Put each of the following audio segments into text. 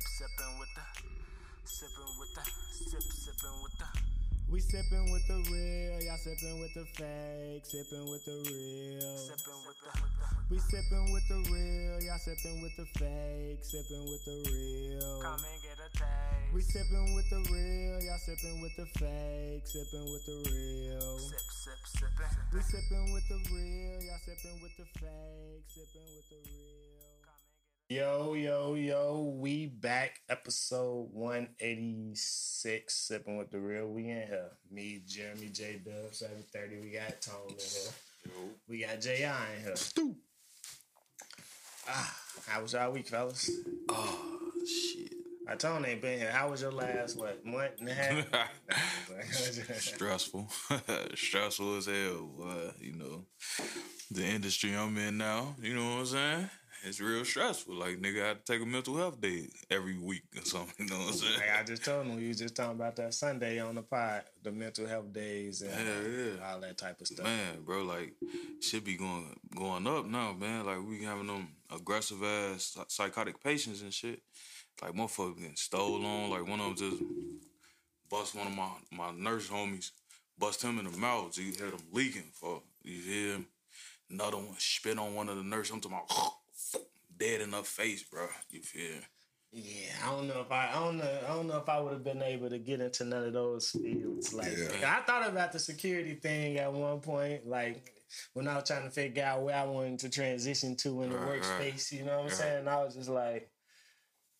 with the, sipping with the, sip, sipping with the. We sippin' with the real, y'all sippin' with the fake, sippin' with the real. Sipping with the, We sippin' with the real, y'all sippin' with the fake, sippin' with the real. come and get a taste. We sippin' with the real, y'all sippin' with the fake, sippin' with the real. sip, sip, sipping. We sippin' with the real, y'all sippin' with the fake, sippin' with the real. Yo, yo, yo, we back. Episode 186, Sipping with the Real. We in here. Me, Jeremy, J Dub, 730. We got Tone in here. We got J.I. in here. Stu. Ah, how was y'all week, fellas? Oh shit. My Tone ain't been here. How was your last, what, month and a half? Stressful. Stressful as hell. Uh, you know, the industry I'm in now, you know what I'm saying? It's real stressful. Like nigga I had to take a mental health day every week or something, you know what Like I'm saying? I just told him, we was just talking about that Sunday on the pod, the mental health days and Hell yeah. all that type of stuff. Man, bro, like shit be going going up now, man. Like we having them aggressive ass psychotic patients and shit. Like motherfuckers getting stole on. Like one of them just bust one of my my nurse homies, bust him in the mouth. So you hear them leaking for you hear him. Another one spit on one of the nurse. I'm talking about dead in her face, bro. You feel? Yeah, I don't know if I, I don't know, I don't know if I would have been able to get into none of those fields. Like, Yeah. I thought about the security thing at one point, like when I was trying to figure out where I wanted to transition to in the Right, right. workspace. You know what I'm saying? I was just like,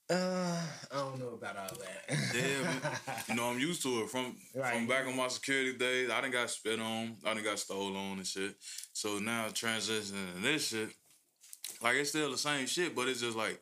uh, I don't know about all that. Yeah, man. you know I'm used to it from Right. from back on my security days. I done got spit on, I done got stole on and shit. So now transitioning to this shit, like it's still the same shit, but it's just like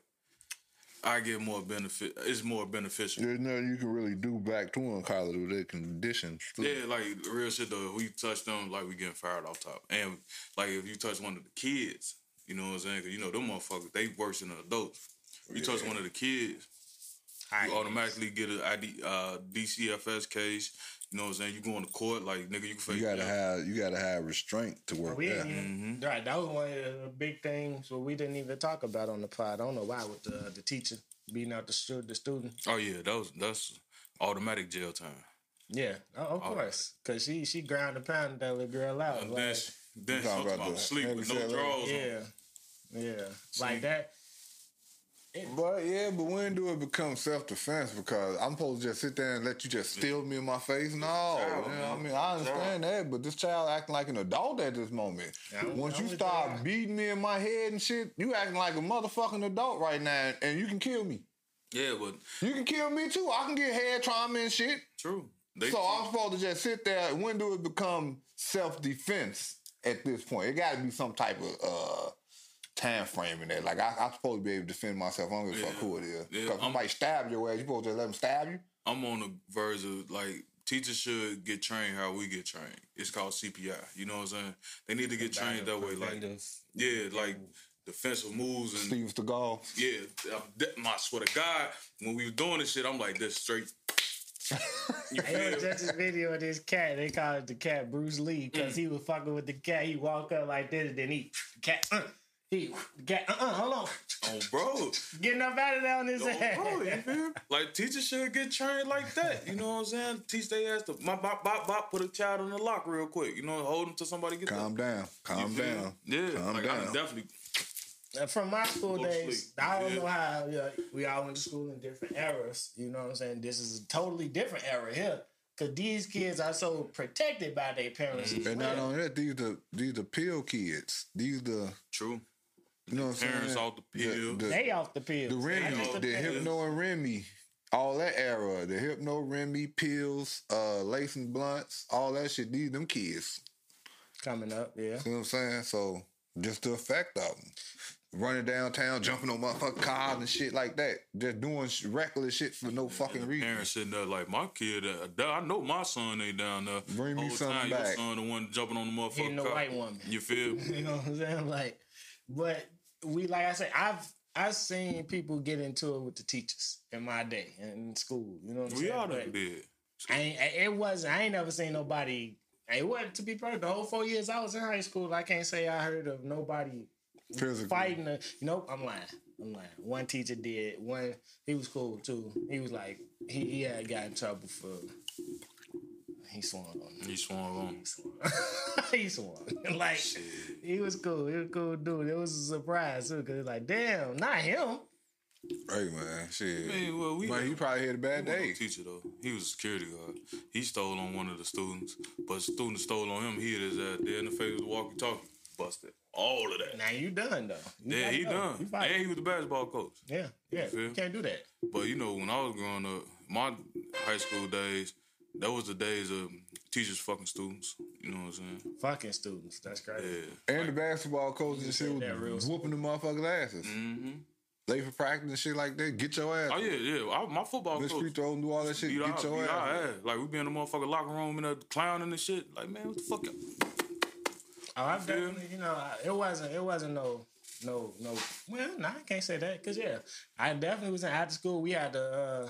I get more benefit. It's more beneficial. There's nothing you can really do back to them college with their conditions. Yeah, like real shit though. We touch them, like we getting fired off top. And like if you touch one of the kids, you know what I'm saying? 'Cause you know them motherfuckers, they worse than the adults. You touch one of the kids, All you right. automatically get a ID, uh, DCFS case. You know what I'm saying? You going to court, like nigga, you can face You gotta down. have you gotta have restraint to work We that. didn't even- right. That was one of the big things what we didn't even talk about on the pod. I don't know why with the the teacher beating out the stu- the student. Oh yeah, that was that's automatic jail time. Yeah, oh, of course, because she she ground and pounded that little girl out. And like- then she- then You she talking talking about about the- sleep with no yeah, drawers on. yeah, yeah, like that. But yeah, but when do it become self defense? Because I'm supposed to just sit there and let you just steal me in my face? No, Child, you know what I man. mean I understand that, but this child acting like an adult at this moment. I'm- Once I'm you with start that. beating me in my head and shit, you acting like a motherfucking adult right now, and you can kill me. Yeah, but You can kill me too. I can get head trauma and shit. true. They So I'm supposed to just sit there. and When do it become self defense at this point? It got to be some type of uh, time frame in there. Like I, I'm supposed to be able to defend myself. I don't give a fuck who it is. Yeah, Because I'm- somebody stab your ass, you supposed to just let them stab you? I'm on the verge of like teachers should get trained how we get trained. It's called CPI. You know what I'm saying? They need to get trained that way. Like yeah, like defensive moves and Steve Seagal. Yeah, I'm de- my I swear to God, when we was doing this shit, I'm like this straight. you It was feel? just this video of this cat. They call it the cat Bruce Lee because he was fucking with the cat. He walk up like this, and then he cat. Uh, he the cat. Uh, uh hold on, Oh, bro, getting up out of there on his oh, bro, you ass. feel? Like teachers should get trained like that. You know what I'm saying? Teach they ass to my bop bop bop. Put a child in the lock real quick. You know, hold them till somebody get Calm them. down. Calm You feel? down. Yeah, Calm like I down. definitely. From my school Go to days, sleep. I don't Yeah. know how you know, we all went to school in different eras. You know what I'm saying? This is a totally different era here because these kids are so protected by their parents. as Mm-hmm. and well. not only that, these the these the pill kids. These the True. you know what I'm saying. Parents off the pill. The, they off the pills. the They Remy, off the the pills. Hypno and Remy, all that era, the Hypno, Remy, pills, uh, lacing blunts, all that shit. These them kids, coming up. Yeah, you know what I'm saying? So just the effect of them running downtown, jumping on motherfucking cars and shit like that. Just doing sh- reckless shit for no fucking reason. Parents sitting there like my kid. Uh, da- I know my son ain't down there. Bring me Whole something time, Your back. son the one jumping on the motherfucker. Hitting the car. white woman. You feel? You know what I'm saying? Like, but we like I said, I've I've seen people get into it with the teachers in my day in school. You know what I'm we saying? all But done did. I ain't, I- it was I ain't never seen nobody. It wasn't to be perfect. The whole four years I was in high school, I can't say I heard of nobody Physically. fighting. A, nope, I'm lying. I'm lying. One teacher did. One he was cool too. He was like he, he had got in trouble for he swung on me. You swung on. He swung. he swung. like he was cool. He was a cool dude. It was a surprise too, cause it's like, damn, not him. Right, man. Shit. Hey, well, we but he probably had a bad He wasn't no day. teacher though. He was a security guard. He stole on one of the students, but the student stole on him. He hit his ass dead in the face with the walkie-talkie. Busted all of that. Now you done though. You Yeah, gotta he go. You done. fight. And he was the basketball coach. Yeah, yeah. feel? You can't do that. But you know, when I was growing up, my high school days, that was the days of teachers fucking students. You know what I'm saying? Fucking students. That's crazy. Yeah. And the basketball coach and shit that real was whooping the motherfuckers' asses. hmm Late for practice and shit like that. Get your ass. Oh yeah, yeah. I, my football Miss free coach. throw and do all that shit. Beat our, Get beat your ass. our ass. Like we be in the motherfucking locker room and a clowning and shit. Like man, what the fuck? y'all- Oh, I've feel me? definitely, you know, I- it wasn't, it wasn't no, no, no. Well, no, I can't say that because yeah, I definitely was in after school. We had the uh,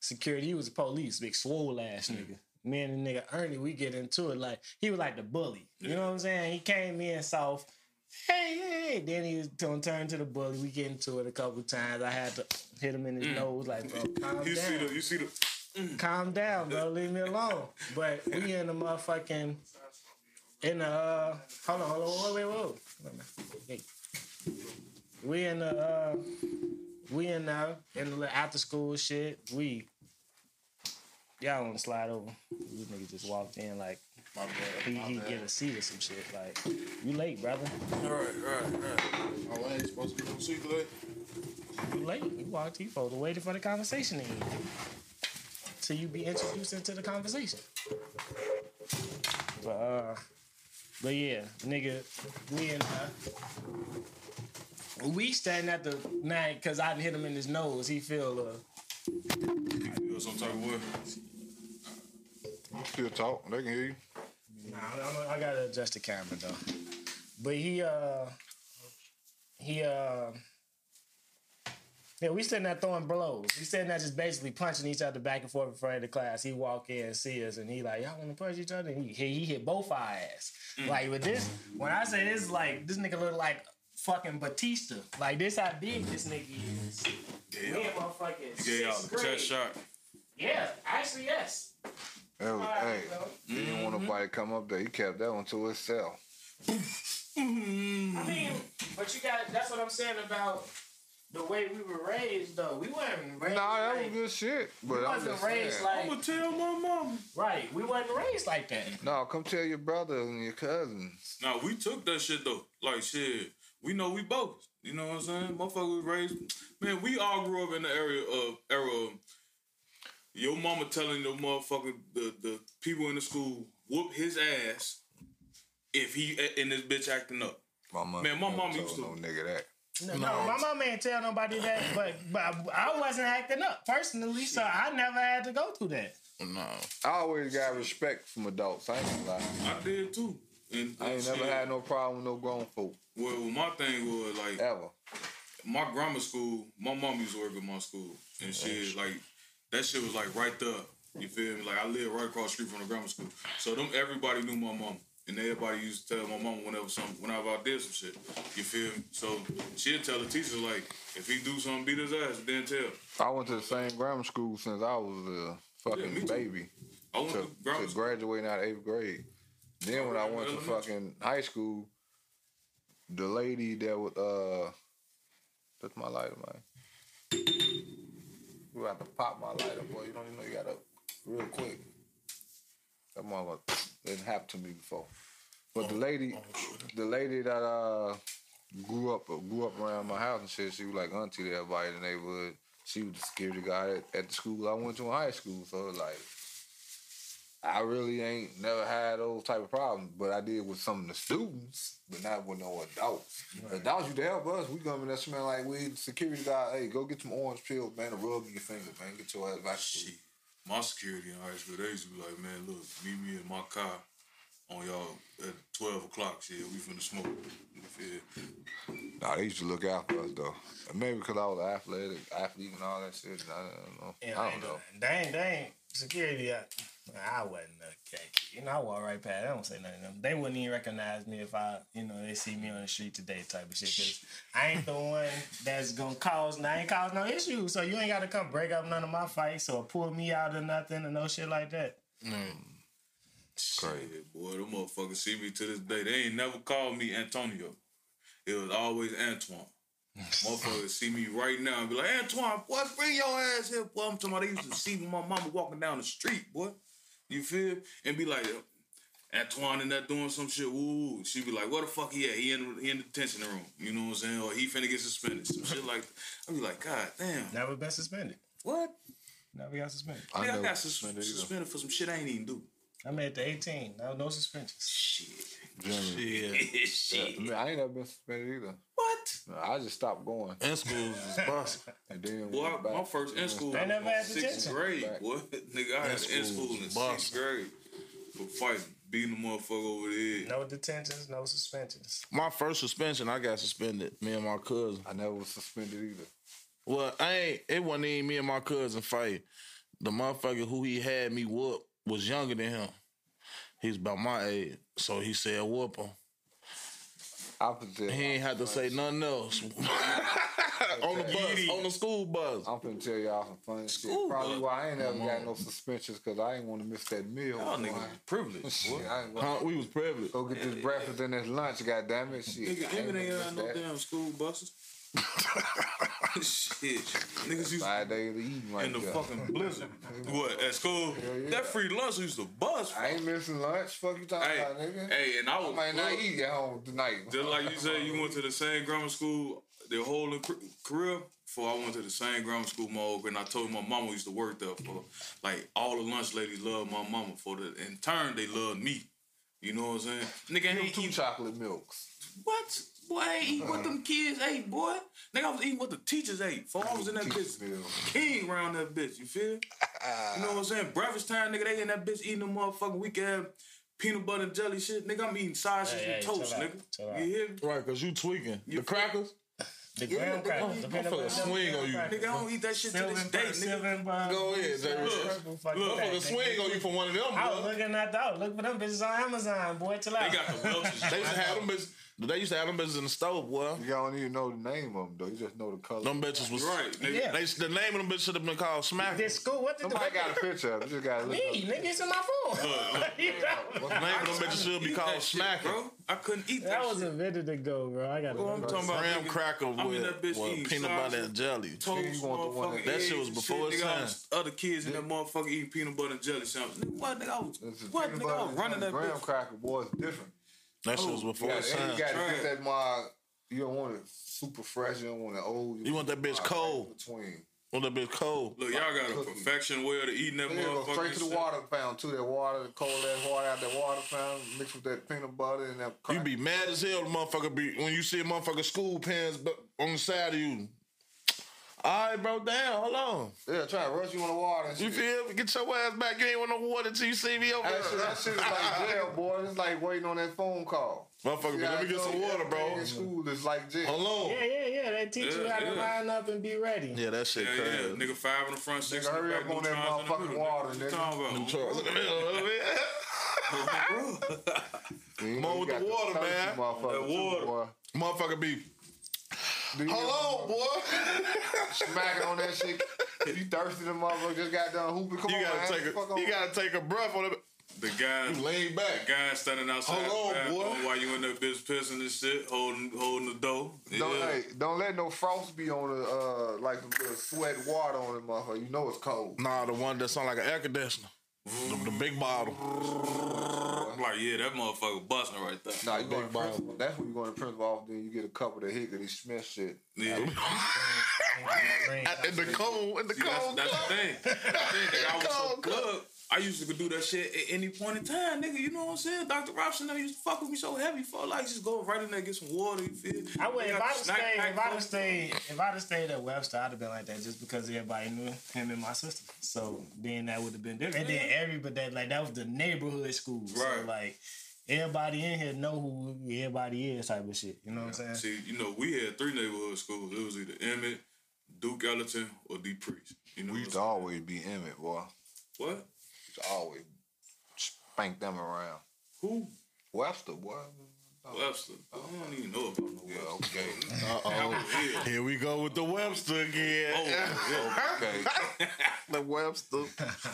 security. He was the police, big swole ass Hmm. nigga. Me and the nigga Ernie, we get into it like he was like the bully. You know what I'm saying? He came in soft. Hey, hey, hey. Then he was gonna turn to the bully. We get into it a couple times. I had to hit him in his nose, like, bro, calm You down Hmm. see the, you see the. calm down, bro. Leave me alone. But we in the motherfucking in the uh, hold on, hold on, wait, wait, wait. wait. Hey. We in the uh, we in the in the little after school shit. We y'all want to slide over? This nigga just walked in like My bad. he he get a seat or some shit. Like you late, brother? All right, all right, all right. Oh, I ain't supposed to See you later. You late? You walked. You supposed to waiting for the conversation to end. Till you be introduced into the conversation. But uh, but yeah, nigga, we and uh, we standing at the night because I done hit him in his nose. He feel uh, You feel some type of way? Still talk. They can hear you. Nah, I, I, I gotta adjust the camera though. But he, uh, he, uh, yeah, we sitting there throwing blows. We sitting there just basically punching each other back and forth in front of the class. He walk in and see us, and he like, y'all want to punch each other? And he, he, he hit both our ass. Like with this, when I say this, like this nigga look like fucking Batista. Like this, how big this nigga is. Yeah. We in motherfucking Yeah, y'all. sixth grade. Chest shot. Yeah, actually yes. That All was, right, hey, bro. he didn't Mm-hmm. want nobody to come up there. He kept that one to himself. Mm. I mean, but you got that's what I'm saying about the way we were raised though. We weren't raised Nah, that was like, good shit. But we I'm wasn't just raised saying. like I'ma tell my mama. right. We wasn't raised like that. No, come tell your brother and your cousins. Nah, we took that shit though. Like shit, we know we both. You know what I'm saying? Motherfucker was raised. Man, we all grew up in the area of era. Of your mama telling the motherfucker the the people in the school whoop his ass if he and this bitch acting up. My mom, Man, my mama used no to- nigga that. No, my mom ain't tell nobody that, but but I wasn't acting up personally, so I never had to go through that. No. I always got respect from adults. I ain't gonna lie. I did too. And, I ain't never shit, had no problem with no grown folk Well, my thing was like ever. my grammar school, my mom used to work at my school and shit. Like that shit was like right there. You feel me? Like I lived right across the street from the grammar school, so them everybody knew my mom, and everybody used to tell my mom whenever some whenever I did some shit. You feel me? So she'd tell the teacher like, if he do something, beat his ass. Then tell. I went to the same grammar school since I was a fucking me too. baby I went to, to grammar to school. graduating out of eighth grade. Then when I went to Elementary. fucking high school, the lady that was uh, that's my lighter, man. You have to pop my lighter, boy. You don't even know you got up real quick. That mother didn't happen to me before. But the lady, the lady that uh grew up grew up around my house and shit, she was like auntie to everybody in the neighborhood. She was the security guard at, at the school I went to in high school, so like I really ain't never had those type of problems, but I did with some of the students, but not with no adults. Adults, you to help us, we come in there smell like weed. Security guy, hey, go get some orange peel, man, and rub in your finger, man. Get your ass back. to school." Shit. My security in high school, they used to be like, man, look, meet me in my car on y'all at 12 o'clock. Shit, we finna smoke. You feel? Nah, they used to look out for us though. Maybe because I was an athletic, athlete and all that shit. and I don't know. I don't know. they ain't, they ain't security. uh, I wasn't okay. You know, I walk right past. I don't say nothing. To them. They wouldn't even recognize me if I, you know, they see me on the street today type of shit. Cause I ain't the one that's gonna cause. And I ain't cause no issue. So you ain't gotta come break up none of my fights or pull me out of nothing or no shit like that. Crazy. boy, them motherfuckers see me to this day. They ain't never called me Antonio. It was always Antoine. motherfuckers see me right now and be like, Antoine, boy, bring your ass here. Boy, I'm talking about they used to see my mama walking down the street, boy. You feel? And be like, Antoine in that doing some shit. Woo, woo. she be like, "What the fuck he at? He in, he in the detention room. You know what I'm saying? Or he finna get suspended. Some shit like that. I be like, God damn. Never been suspended. What? Never got suspended. I, I never got suspended, suspended either. suspended for some shit I ain't even do. I'm at the 18. No, no suspensions. Shit. Generally. Yeah. Yeah, shit. I, mean, I ain't never been suspended either. What? No, I just stopped going In schools is busting. and then Boy, went I- back. my first in school They was never had sixth detention. grade, Right. boy. Nigga, I That had in school school in was sixth busted. grade for fighting, beating the motherfucker over the head. No detentions. No suspensions. My first suspension, I got suspended. Me and my cousin. I never was suspended either. Well, I ain't. It wasn't even me and my cousin fight. The motherfucker who he had me whoop was younger than him. He's about my age, so he said whoop him. Opposite. He ain't had to say nothing else on the bus, on the school bus. I'm finna tell y'all some fun shit. School Probably bus. why I ain't never got no suspensions because I ain't want to miss that meal. Y'all boy. niggas privileged, boy. Shit, I ain't Huh? gonna We was privileged. go get this breakfast and this lunch. goddammit. it, shit. Nigga, I ain't even they gonna had miss no that. damn school buses. Shit. Niggas used to Five days of eating right in the there. fucking blizzard. What, at school? yeah. That free lunch used to bust. I ain't missing lunch. Fuck you talking Hey, about, nigga. hey, and I I was might not broke. eat at home tonight. Just like you said, you went to the same grammar school the whole cr- career. Before I went to the same grammar school, my old and I told my mama used to work there for like all the lunch ladies loved my mama for the in turn they loved me. You know what I'm saying? Nigga I Give 'em ain't two eat chocolate milks. what? Boy, I ain't eat what them kids ate, boy. Nigga, I was eating what the teachers ate. For I was in that Teacher's bitch meal. king round that bitch. You feel? You know what I'm saying? Breakfast time, nigga, they in that bitch eating the motherfucking weak ass peanut butter and jelly shit. Nigga, I'm eating sausages Hey, and hey, toast, chill out, nigga. chill out. You hear me? Right, cause you tweaking. The crackers? The graham crackers. The peanut motherfucker butter- swing on you. graham Nigga, I don't eat that shit to this Sylvan day, Bar, nigga. Sylvan Bar. Go ahead, Jerry. Purple fucking Motherfucker bag, nigga. swing on you from one of them, I was bro. looking at that. Look for them bitches on Amazon, boy. Chill out. They got the Welch's. They used to have them bitches. They used to have them bitches in the stove, boy. You don't even know the name of them though. You just know the color. Them bitches was right, nigga. Yeah. They, the name of them bitch should have been called Smack. this school. What did the Somebody got a picture of it. You just gotta look. me, up. nigga? It's in my phone. You know? The name of them bitches should be Eat called that shit, Smack. bro. I couldn't eat that, That was shit. a minute ago, bro. I got. Bro, I'm talking about Graham nigga, cracker I'm in with, that bitch with eating peanut butter sausage, and jelly. Nigga, Toast, you want the one motherfucking that- That shit was eggs, before shit, its nigga, I time. was- Other kids in that motherfucker eating peanut butter and jelly sandwich. Nigga, what, nigga? I was, It's a what, peanut nigga? I butter was running and that graham bitch. cracker boy is different. That shit was You before gotta, its and time. you gotta Right. get that my you don't want it super fresh, you don't want it old. You want that bitch want it cold. right Between. When that bitch cold. Look, y'all got a Cooking. perfection way of eating that Then you go motherfucker. straight to the water fountain too. That water, the cold ass water out that water fountain, mixed with that peanut butter and that You cracker. be mad as hell, the motherfucker. Be when you see a motherfucker school pants bu- on the side of you. All right, bro. Damn, hold on. yeah, try to rush you in the water. And You shit. feel me? Get your ass back. You ain't want no water till you see me over That shit, there. that shit is like jail, boy. It's like waiting on that phone call. Yeah, Motherfucker, but let me I get know some water, everything bro. In school is like jail. Hold on. Yeah, yeah, yeah. They teach you Yeah, how to yeah. line up and be ready. Yeah, that shit Yeah, crazy. yeah, nigga, five in the front, six Nigga, in hurry the up back, on no that trials in the motherfucking middle, water, What nigga. you talking Them about? trucks in the middle of it. Come on with the water, man. Motherfucker, That too, water. boy. Motherfucker be, Do you hold on, boy. smacking on that shit. If you thirsty, the motherfucker just got done hooping. Come You on, man. gotta take Fuck on. a, you gotta take a breath on it. The guy, You lean the back. guy standing outside Hold the on, boy. bathroom while you in that bitch pissing and shit, holding holding the door. Don't, Yeah. hey, don't let no frost be on the uh, like the little sweat water on it, motherfucker. You know it's cold. Nah, the one that sound like an air conditioner. The, the big bottle. I'm like, yeah, that motherfucker busting right there. Nah, you going to bottle. principal. That's when you going to principal off. Then you get a couple of Higgity Smith shit. Yeah. In the cold, in the See, that's, cold. that's the thing. That's the thing, nigga, I was so Cold cut. good. I used to do that shit at any point in time, nigga. You know what I'm saying? Dr. Robson, they used to fuck with me so heavy for like just go right in there, get some water. You feel? I would They if got I'd the have snack stayed pack if I'd going. have stayed if I'd have stayed at Webster, I'd have been like that just because everybody knew him and my sister. So then that would have been different. And then everybody that like that was the neighborhood school. So Right. like everybody in here know who everybody is type of shit. You know what I'm saying? See, you know, we had three neighborhood schools. It was either Emmett, Duke Ellington, or D Priest. You know We what? used to always be Emmett, boy. I'm saying? What? used to always spank them around. Who? Webster, boy. Oh. Webster. I don't even know about no Yeah, Webster. okay. Oh, Here we go with the Webster again. yeah. Okay. the Webster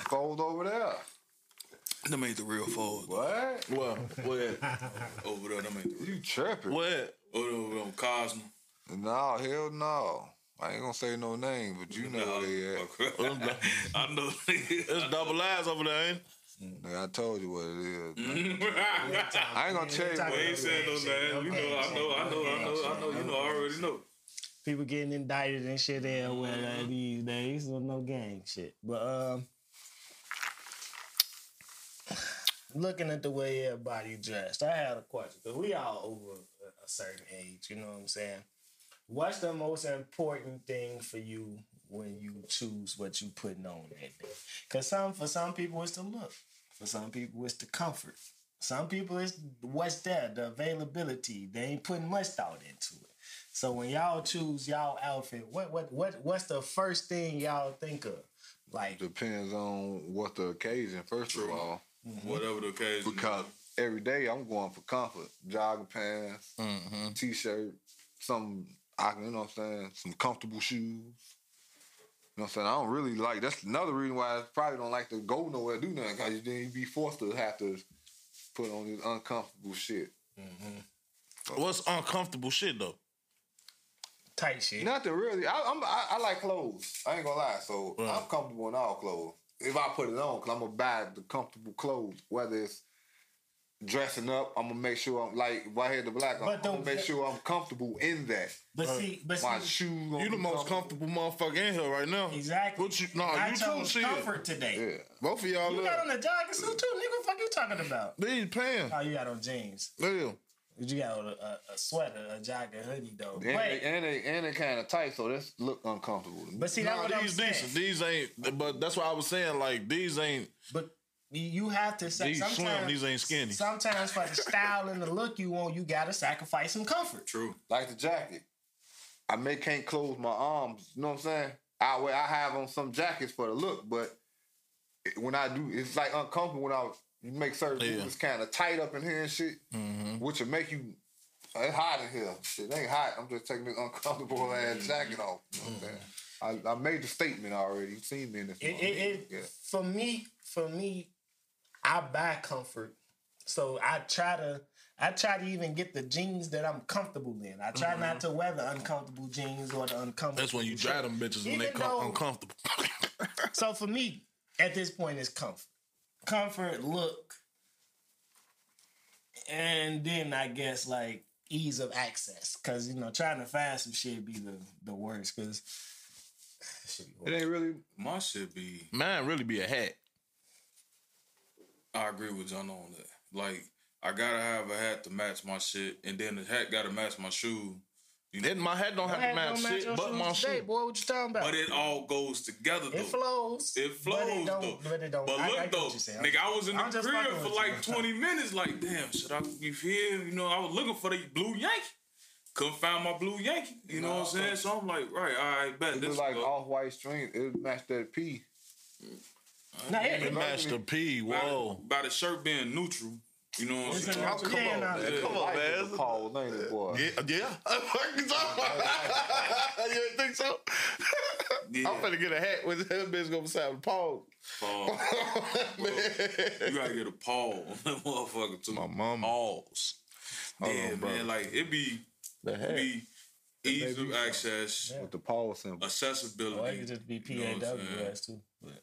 fold over there. Them ain't the real foes. What? Well, what? Over there, them ain't the real You tripping? What? Over there, over on Cosmo. No, hell no. I ain't gonna say no name, but you know where they at. Okay. I know. It's double eyes over there, ain't it? Nigga, I told you what it is. I I ain't gonna tell you. Talking What, ain't about saying no that shit. name. You know, I know, I know, I know, I know. You know, I already know. people getting indicted and shit everywhere uh, these days. So no gang shit. But um looking at the way everybody dressed, I had a question. Cause we all over a- a certain age, you know what I'm saying? What's the most important thing for you when you choose what you putting on that day? Cause some for some people it's the look. For some people it's the comfort. Some people it's what's there, the availability. They ain't putting much thought into it. So when y'all choose y'all outfit, what what what what's the first thing y'all think of? Like depends on what the occasion, first of all. Mm-hmm. Whatever the occasion. Because every day I'm going for comfort. Jogging pants, Mm-hmm. t shirt, some I can- you know what I'm saying, some comfortable shoes. You know what I'm saying? I don't really like that's another reason why I probably don't like to go nowhere do nothing, cause then you be forced to have to put on this uncomfortable shit. What's uncomfortable shit though? tight shit. Nothing really. I, I'm, I, I like clothes. I ain't gonna lie. So Right. I'm comfortable in all clothes. If I put it on, cause I'm gonna buy the comfortable clothes. Whether it's dressing up, I'm gonna make sure I'm like if I had the black. I'm, But the- gonna make sure I'm comfortable in that. But see, but My see, shoes. Gonna You the be most comfortable motherfucker in here right now. exactly. What you? No, I Oh, you too. chose Shit. comfort today. Yeah. Both of y'all You look. got on a jogging suit too, nigga. What the fuck you talking about? These playing. Oh, you got on jeans. Damn. You got on a, a, a sweater, a jogging hoodie though. And they, Wait, and they and they kind of tight, so that's look uncomfortable. To me. but see that's Nah, what I'm these saying. decent. These ain't. But that's what I was saying. Like these ain't. But you- you have to say These slim. sometimes. These ain't skinny. Sometimes for the style and the look you want, you gotta sacrifice some comfort. True. like the jacket. I may can't close my arms. You know what I'm saying? I wear, I have on some jackets for the look, but it- when I do, it's like uncomfortable when I you make certain Yeah. it's kind of tight up in here and shit, Mm-hmm. which will make you. uh, It's hot in here. Shit ain't hot. I'm just taking this uncomfortable Mm-hmm. ass jacket off. You know what I'm saying? I, I made the statement already. You seen me in this. It, it, it yeah. for me, for me, I buy comfort. So I try to I try to even get the jeans that I'm comfortable in. I try not to wear the uncomfortable jeans or the uncomfortable. Mm-hmm. That's when you dry them bitches when they Even come though- uncomfortable. So for me, at this point, it's comfort, comfort, look, and then I guess like ease of access. Cause you know, trying to find some shit be the the worst. Cause It ain't really. My shit be. Mine really be a hat. I agree with John on that. Like, I gotta have a hat to match my shit, and then the hat gotta match my shoe. You know, And my hat don't have to match shit, but my today, shoe. boy. What you talking about? but it all goes together though. It flows. It flows But it don't. though. But it don't. But I- I look get what though, you're saying. nigga, I was in the I'm just crib fucking for with like you. 20 minutes. Like, damn, should I? You feel? You know, I was looking for the blue Yankee. Couldn't find my blue Yankee. You know what I'm saying? So I'm like, right, all right, bet It this was like go. off white string. It matched that P. Nah, yeah, It matched the P. by, Whoa. by the shirt being neutral. You know what I'm It's a saying? neutral- come yeah, on, nah, man. yeah. Come on. Light man. is a Paul, ain't it, boy? Yeah, yeah. What you talking about? you didn't think so? Yeah. I'm finna get a hat with that bitch gonna beside the pole. Pause. you gotta get a paw on that motherfucker too. My mama. Paws. Hold yeah, on, bro. man. Like it be The it hat. be ease of access, With the Paul symbol. accessibility. Well, it could just be You know what I'm saying? PAWS too. But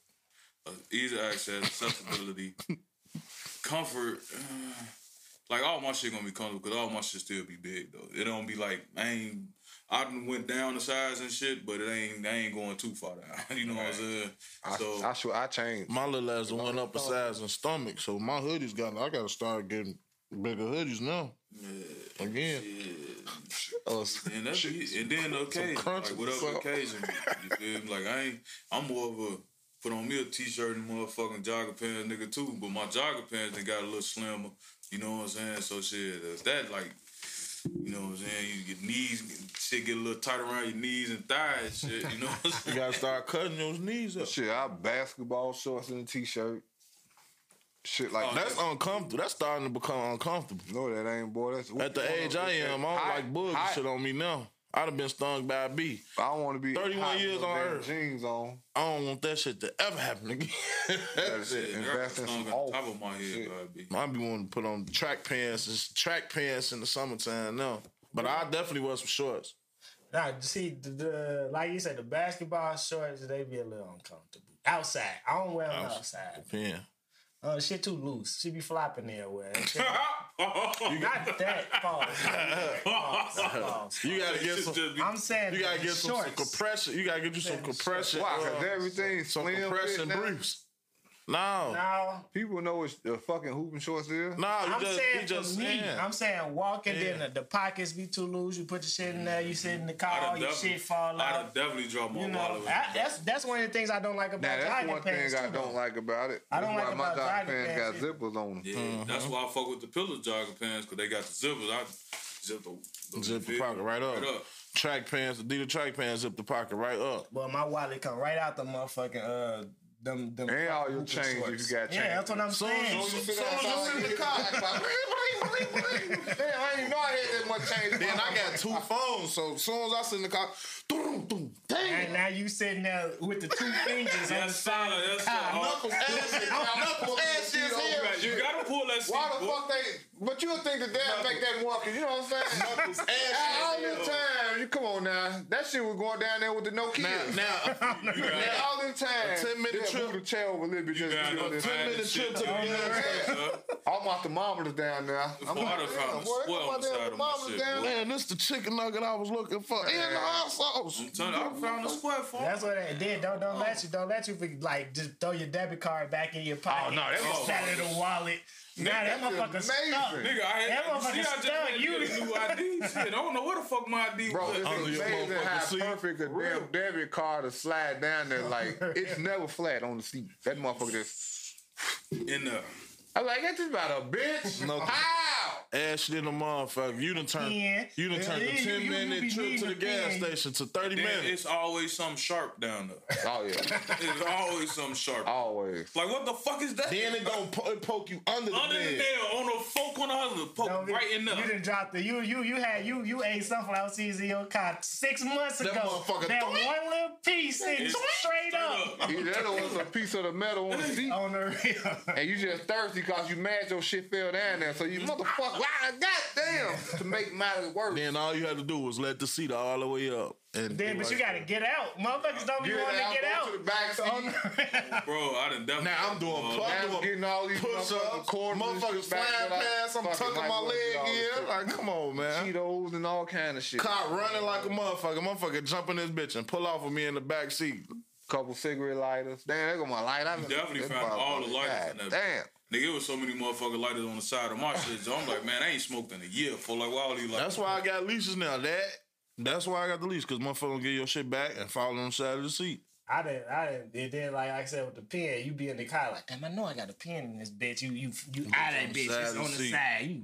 uh, ease of access, accessibility, comfort. uh, Like all my shit gonna be comfortable because all my shit still be big though. It don't be like I ain't. I done went down the size and shit, but it ain't. I ain't going too far down. you know what I'm saying? I, so I should. I changed. My little ass done went up a size in stomach, so my hoodies got. I gotta start getting bigger hoodies now. Again. Oh, s- And that's it. and then okay, crunch like or whatever something. occasion, you feel me? Like I ain't, I'm more of a put on me a t-shirt and motherfucking jogger pants nigga too. But my jogger pants they got a little slimmer. You know what I'm saying? So shit, that's that like, you know what I'm saying? You, your knees get- shit get a little tight around your knees and thighs, shit. You know what I'm you saying? gotta start cutting those knees up. Shit, I have basketball shorts and a t-shirt. Shit like that. That's uncomfortable. That's starting to become uncomfortable. No, that ain't boy. That's At the age I am, I don't like bugs and shit on me now. I'd have been stung by a bee. I don't want to be 31 hot with years no on damn Earth. Jeans on. I don't want that shit to ever happen again. That's it. Invest in some on off. top of my head, shit. God, be. I'd be wanting to put on track pants, it's track pants in the summertime now. But I definitely wear some shorts. Nah, see the, the like you said, the basketball shorts they be a little uncomfortable outside. I don't wear them outside. Yeah. Uh, shit too loose. She be flopping everywhere. Not that false. False, false. You gotta get some Just be- I'm saying you gotta the get some, some shorts. compression. You gotta get you some Yeah, shorts. compression. Why? uh, Cause everything some slim fit compression now. briefs. No. No, No, People know what the fucking hooping shorts is. you I'm just you saying just for me. saying. I'm saying walking. Then Yeah. the, the pockets be too loose. You put the shit in there. You sit in the car. Mm-hmm. I'd Your have shit definitely, fall I'd out. have definitely dropped my You know, wallet. I, that's that's one of the things I don't like Now about that's jogging one pants. thing I too, don't though. like about it. I don't That's like why about my jogging jogging pants got pants either. zippers on them. yeah, that's why I fuck with the pillow jogger pants because they got the zippers. I zip the, the Zip the fit pocket right up. right up. Track pants, Adidas track pants, zip the pocket right up. Well, my wallet come right out the motherfucking uh them them. And all your hooping chains if shorts. you got Yeah, that's chains. what I'm Soon saying. as you Sit outside in the car. act like, "Ring, ring, ring, ring." Damn, I didn't know I had that much change. Then I got two phones, so as soon as I sit in the car, doom, doom, And damn. now you sitting there with the two fingers on the That's side. solid. That's Ah, solid. Knuckles, ass, is- knuckles, ass is You here. got- You gotta pull that seat. Why the boy. fuck they? But you'll think the dad make that walking. You know what I'm saying? ass all is the here. time, you come on now. That shit was going down there with the no kids. Now, now, you got- Yeah, all the time. 10-minute They'll trip. move the chair over a little bit. Just Yeah, I to know. get this. Ten minute trip to the gas station. All my thermometers down there. I'm Before I'd have found a square on the side of my shit, boy. Man, this the chicken nugget I was looking for. And the hot sauce. I'm telling you, I found a square for That's what they did. Don't don't let you don't let you be- like just throw your debit card back in your pocket. no, that Just was- out of the wallet. Now that that's motherfucker amazing. stuck. Nigga, I had That you motherfucker see, I just stuck. had to You- get a new ID. Shit, I don't know where the fuck my ID Bro, was. it's Under your amazing motherfucking how seat. perfect a damn debit card to slide down there. Like, it's never flat on the seat. That motherfucker just. in there. I'm like, that's about a bitch. No. How? Ashley the motherfucker. You done turned Yeah. you done turned Yeah, the you- ten you- you minute be trip to needing the a gas thing. station to thirty Then minutes. it's always something sharp down there. Oh, yeah. It's always something sharp. Always. Like what the fuck is that? Then it don't po- it poke you under the Under the bed. nail, on the folk on the husband, poke Don't be- right in there. You didn't drop the you you you had you you ate sunflower seeds in your car six months That ago. motherfucker That one thwink. little piece and It's straight up up. Either that or it's a piece of the metal on the seat. on the real. And you just thirsty because you mad your shit fell down there. So you motherfucker, why goddamn to make matters worse. Then all you had to do was let the seat all the way up. And Then, but you gotta get out. Motherfuckers don't be Get wanting out, to get go out. to the back seat. Bro, I done definitely. Now I'm doing Uh, plug- Now I'm getting all these push up, quarters and motherfuckers shit back flying that I past. I'm fucking tucking like my going through all leg this in. shit. Like, come on, man. Cheetos and all kind of shit. Cop running like a motherfucker. Motherfucker jumping this bitch and pull off of me in the back seat. Couple cigarette lighters. Damn, they got my light. I definitely found all the lighters in Damn. that Nigga, it was so many motherfucking lighters on the side of my shit. So I'm like, man, I ain't smoked in a year. For like, why all these lighters? That's why I got leashes now. That that's why I got the leash because motherfucker gonna get your shit back and fall on the side of the seat. I didn't. I didn't. And then, like I said, with the pen, you be in the car like, damn, I know I got a pen in this bitch. You, you, you out of that bitch. side It's of the on the seat. side. You.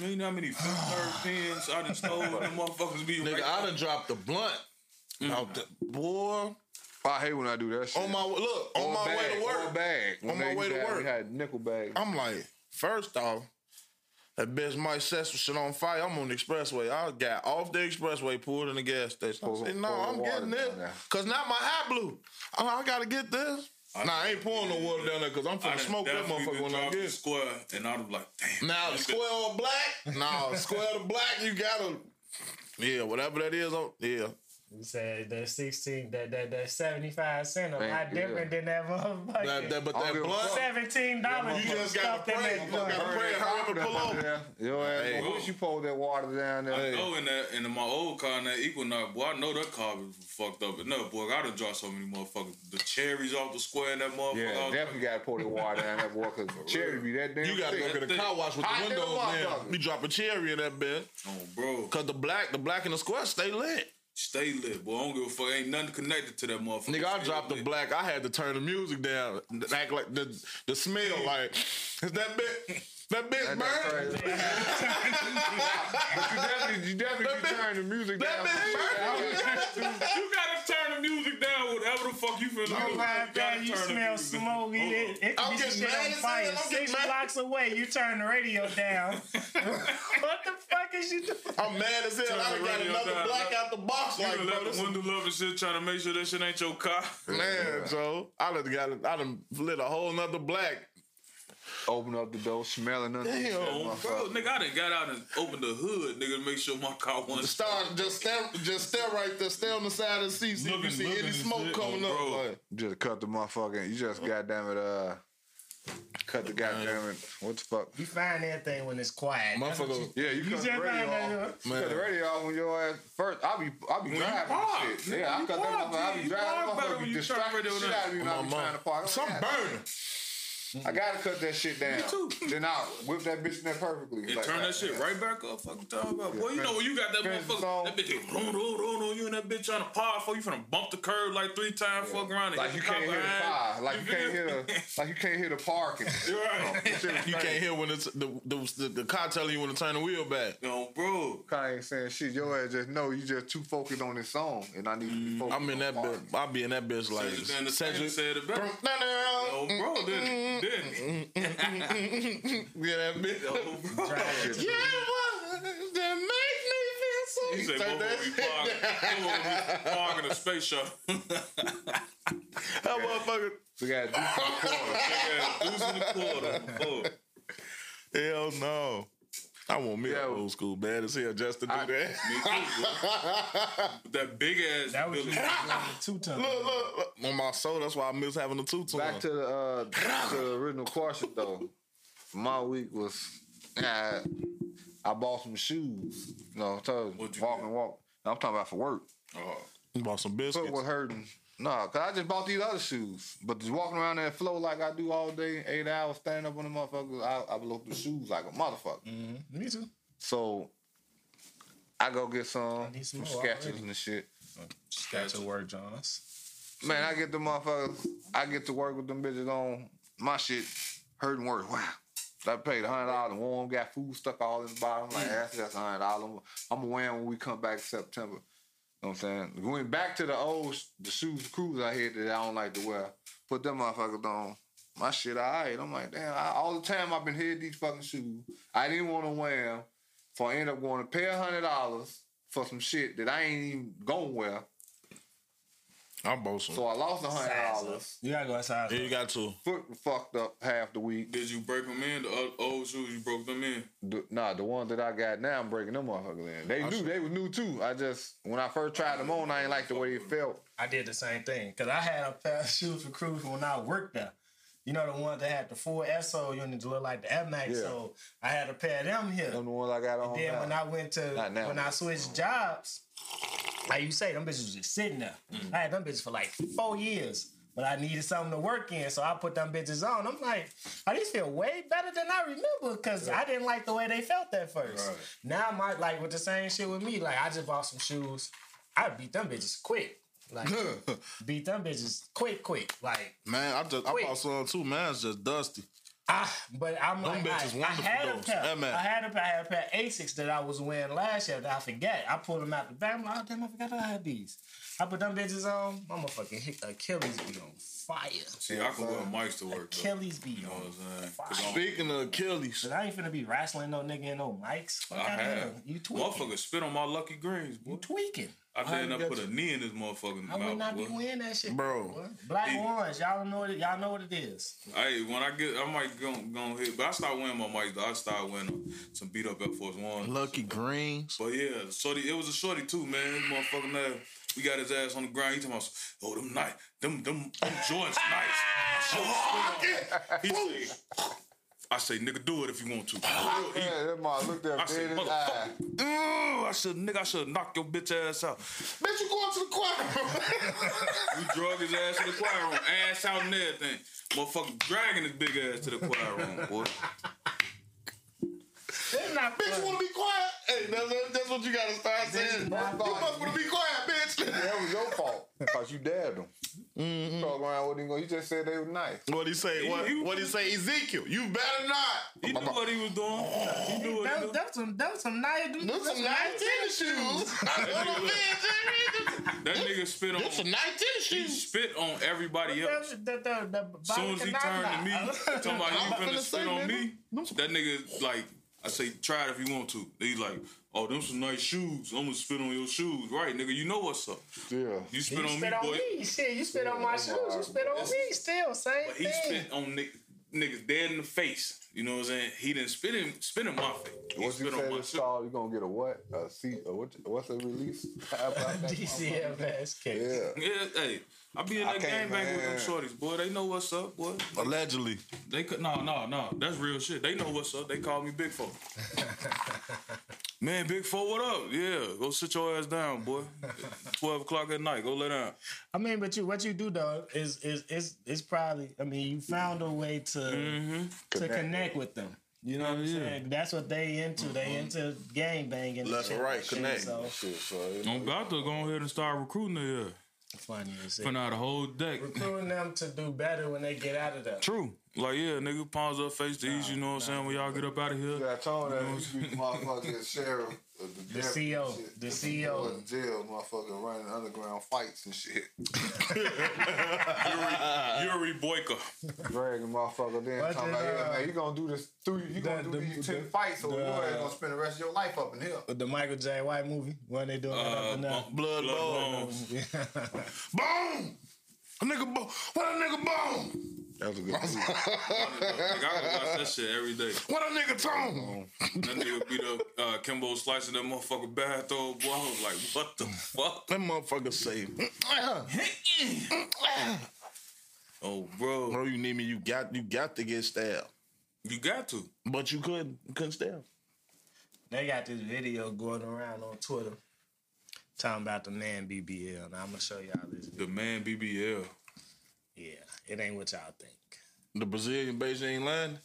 Man, you know how many fifth third pins I done stole? Them motherfuckers be Nigga, right I done dropped the blunt. Out the, boy, I hate when I do that shit. on my look, Or on my bag, way to or work, bag. When On my they way used to have- work. We had nickel bags. I'm like, first off, that bitch might set some shit on fire. I'm on the expressway. I got off the expressway, pulled in the gas station. I Pour- said, no, pour I'm water down getting this there. because now my hat blew. Oh, I gotta get this. nah, I ain't pouring no water down there because I'm I finna smoke that motherfucker when I get it. square, and I'm like, damn. Now square or black? No, square to black, you gotta. Yeah, whatever that is. I'm, yeah, You said that sixteen, that that that seventy five cent a Thank lot you. different than that motherfucker. that, that, but I don't that give a blunt. fuck. Seventeen dollars. You just gotta pray. You gotta pray. Hurry up and pull over. Yeah, yo, ass. Hey. I wish you poured that water down there. Hey. Oh, in that in my old car, in that Equinox, boy, I know that car was fucked up. But no, boy, I done dropped so many motherfuckers. The cherries off the square in that motherfucker. Yeah, I was definitely got to pour the water down that boy because cherry be that damn. You gotta go thick. get a car wash with Hot the than a windows down. motherfucker. You drop a cherry in that bed. like, oh, bro, Cause the black, the black and the square stay lit. stay lit, boy. I don't give a fuck. Ain't nothing connected to that motherfucker. Nigga, I Stay dropped the lit. black. I had to turn the music down. Act like the the smell. Like is that bit that bitch That- that's burning? crazy. but you definitely, you definitely That be bitch- turning the music That down. bitch burning. You gotta turn the music down with however the fuck you feel. You ride back, you smell smoke. It, it, it I'm could be getting some shit mad on as fire. hell, I'm Six getting mad. blocks away, you turn the radio down. what the fuck is you doing? I'm mad as hell. I done Turn the got radio another down. black out the box You like, done bro, let this the is- window love and shit trying to make sure that shit ain't your car. Man, Joe, I done got, I done lit a whole nother black. Open up the door, smelling nothing. Damn, Oh, bro, nigga, I done got out and opened the hood, nigga, to make sure my car wasn't Start just stare, just stare right there, stare on the side of the seat, see if you Looking- see looking any and smoke shit. coming Oh, up. bro. Like, You just cut the motherfucking. You just goddamn it. Uh, cut the goddamn it. What the fuck? You find everything when it's quiet. motherfucker, Yeah, you, cut just the found that radio off. out. You cut the radio off when your ass first. I be I be you driving park, and nigga, shit. Yeah, I you cut that park, motherfucker. I G. be You park driving. better Motherfucker when be you turn distracting the radio shit down. out of me when I be my trying mom, to park. I'm some like, burner. I gotta cut that shit down. too. Then I whip that bitch in there perfectly. And Like, turn like, that shit yeah. right back up. Fuck you talking about? Boy, you know when you got that Finish the motherfucker, song. that bitch just roll, roll, roll, roll, you and that bitch on a par for you finna bump the curb like three times, fuck around and Like hit you the can't cop hear the behind. fire. Like you can't hear the. Like you can't hear the parking. You're Oh. right. You can't hear when it's the the, the, the car telling you when to turn the wheel back. Yo, bro. Kanye ain't saying shit. Your ass just know you just too focused on this song, and I need to be focused. I'm in that on bitch. I be in that bitch like Cedric and the Saint Cedric. said it better. Yo, bro, didn't he? Didn't he? Yeah, that bitch. Yo, bro. Yeah, it was. That make me He said, "Motherfucker, feel so. He turned that we shit down. parking, motherfucker, we parking a space shuttle." That motherfucker. We got Hell no. I want me Yeah. an old school bad as hell just to do that. that big ass. That was Billy. just like a two ton. look, look, look. On my soul, that's why I miss having a two tone. back to the uh, to the original question though. My week was I, I bought some shoes. You know, I told you, What'd you walk get? and walk. No, I'm talking about for work. Oh, Uh-huh. Bought some Foot biscuits. was hurting. Nah, cause I just bought these other shoes. But just walking around that flow like I do all day, eight hours, standing up on the motherfuckers, I, I blow through shoes like a motherfucker. Mm. Mm-hmm. Me too. So I go get some, need some some more sketches already. and shit. Just got to work, Johns. Man, I get the motherfuckers. I get to work with them bitches on my shit. Hurting worse. Wow. I paid a hundred dollars and warm. Got food stuck all in the bottom. Like that's that's a hundred dollars. I'm gonna wear 'em when we come back in September. You know what I'm saying? We went back to the old sh- the shoes the crews I had that I don't like to wear. Put them motherfuckers on. My shit, alright. I'm like, damn. I, all the time I've been here these fucking shoes. I didn't want to wear them. For I end up going to pay a hundred dollars for some shit that I ain't even gonna wear. I bought some. So I lost a hundred dollars. You gotta go outside. Yeah, you got two. foot fucked up half the week. did you break them in? The old- old shoes you broke them in. The, nah, the ones that I got now, I'm breaking them motherfuckers in. They knew they were new too. I just when I first tried them on, I ain't like the way it felt. I did the same thing because I had a pair of shoes for cruise when I worked there. You know the ones that had the four SO units look like the F Max. Yeah. So I had a pair of them here. Them the ones I got on. Then now. when I went to Um, Not now. when I switched jobs, like you say, them bitches was just sitting there. Mm-hmm. I had them bitches for like four years, but I needed something to work in, so I put them bitches on. I'm like, oh, these feel way better than I remember because I didn't like the way they felt at first. Right. Now my like with the same shit with me. Like I just bought some shoes. I beat them bitches quick. Like beat them bitches quick, quick. Like Man, I just I Wait. bought some too. Mine's just dusty. I, but I'm Them like, bitches I, I wonderful had a though. pair. That man. I had a pair. I had a pair of Asics that I was wearing last year that I forget. I pulled them out the bag. I'm like, oh damn, I forgot I had these. I put them bitches on. My motherfucking hit- Achilles be on fire. See, I could wear mics to work. Though. Achilles be You know on. what I'm saying? 'Cause fire. Speaking of Achilles, But I ain't finna be wrestling no nigga in no mics. Fuck I outta have. here. You tweaking. Motherfucker spit on my lucky greens, boy. You tweaking. I dare you not got put a knee in this motherfucking I would mouth. not be boy. wearing that shit, Bro. boy. Black Hey. ones, y'all know what it, y'all know what it is. Hey, when I get, I might go, go hit, but I start wearing my mics. though. I start wearing uh, some beat up Air Force One. Lucky Greens. But yeah, shorty, it was a shorty too, man. This motherfucking ass. We got his ass on the ground. He talking about, oh, them nice, them them, them joints nice. he said, I say, nigga, do it if you want to. He- yeah, that mother looked I up said, dead in his eye. motherfucker, "Ugh, I should, nigga, I should knock your bitch ass out. Bitch, you going to the choir? We drug his ass to the choir room, ass out and everything. Motherfucker dragging his big ass to the choir room, boy. It's not Bitch, you funny. want to be quiet? Hey, Hey, that's what, that's what you gotta start saying. You my fault. must wanna be quiet, bitch. That was your fault Mm-hmm. because you dabbed him. You Talk around with him. You just said they were nice. What he say? What You- what he say? Ezekiel, you better not. He knew what he was doing. He knew what he That, was doing. that was some. That was some nice. Them, Those some nice tennis shoes. I know what I'm saying, Jerry. That nigga spit on. Those some nice tennis He shoes. spit on everybody else. That, that, that, that, As soon as he turned to me, talking about you I'm finna finna spit say, on nigga. me. That nigga like, I say, try it if you want to. He like, oh, them some nice shoes. I'm gonna spit on your shoes, right, nigga? You know what's up. Yeah. You spit You on me, spit on boy. me, shit. You spit on my shoes. You spit on me, still same But he thing. spit on ni- niggas dead in the face. You know what I'm saying? He didn't spit in spit in my face. He What you spit on say my this shoes. called? You gonna get a what? A seat? Or what, what's a release? How about that? DCF ass case. Yeah. Yeah, hey. I be in I that game can't, back with them man. shorties, boy. They know what's up, boy. Allegedly, They could no, no, no. That's real shit. They know what's up. They call me Big Four. Man, Big Four, what up? Yeah, go sit your ass down, boy. Twelve o'clock at night, go lay down. I mean, but you, what you do though is is is is probably. I mean, you found a way to Mm-hmm. to connect. with them. You know what I'm saying? That's what they into. Mm-hmm. They into gang banging. and Left shit and right, like shit, connect. So Shit, so it- I'm about to go ahead and start recruiting uh, there. funny as shit. Putting out a whole deck. Recruiting them to do better when they get out of there. True. Like yeah, nigga, palms up, face to ease. You know what I'm saying? When y'all get up out of here, I told that you motherfucking sheriff, uh, The deputy CO, shit. the CO. in jail, motherfucker running underground fights and shit, Yuri Boyka. dragging motherfucker. Then But talking then, about, yeah, uh, man, you gonna do this three, you gonna the- do the- these ten the- fights, or the- uh, you ain't gonna spend the rest of your life up in here. With the Michael J. White movie when they doing it up Uh, and down. blood, blood, bones. boom. A nigga, bo- what a nigga bone. That was a good. Like, I go watch that shit every day. What a nigga tone. That nigga beat up uh, Kimbo slicing that motherfucker bad though, boy. I was like, what the fuck? That motherfucker say, Oh, bro, bro, you need me. You got you got to get stabbed, you got to. but you couldn't you couldn't stab. They got this video going around on Twitter talking about the man BBL. And I'm gonna show y'all this. The man BBL. Yeah, it ain't what y'all think. The Brazilian bitch ain't lying.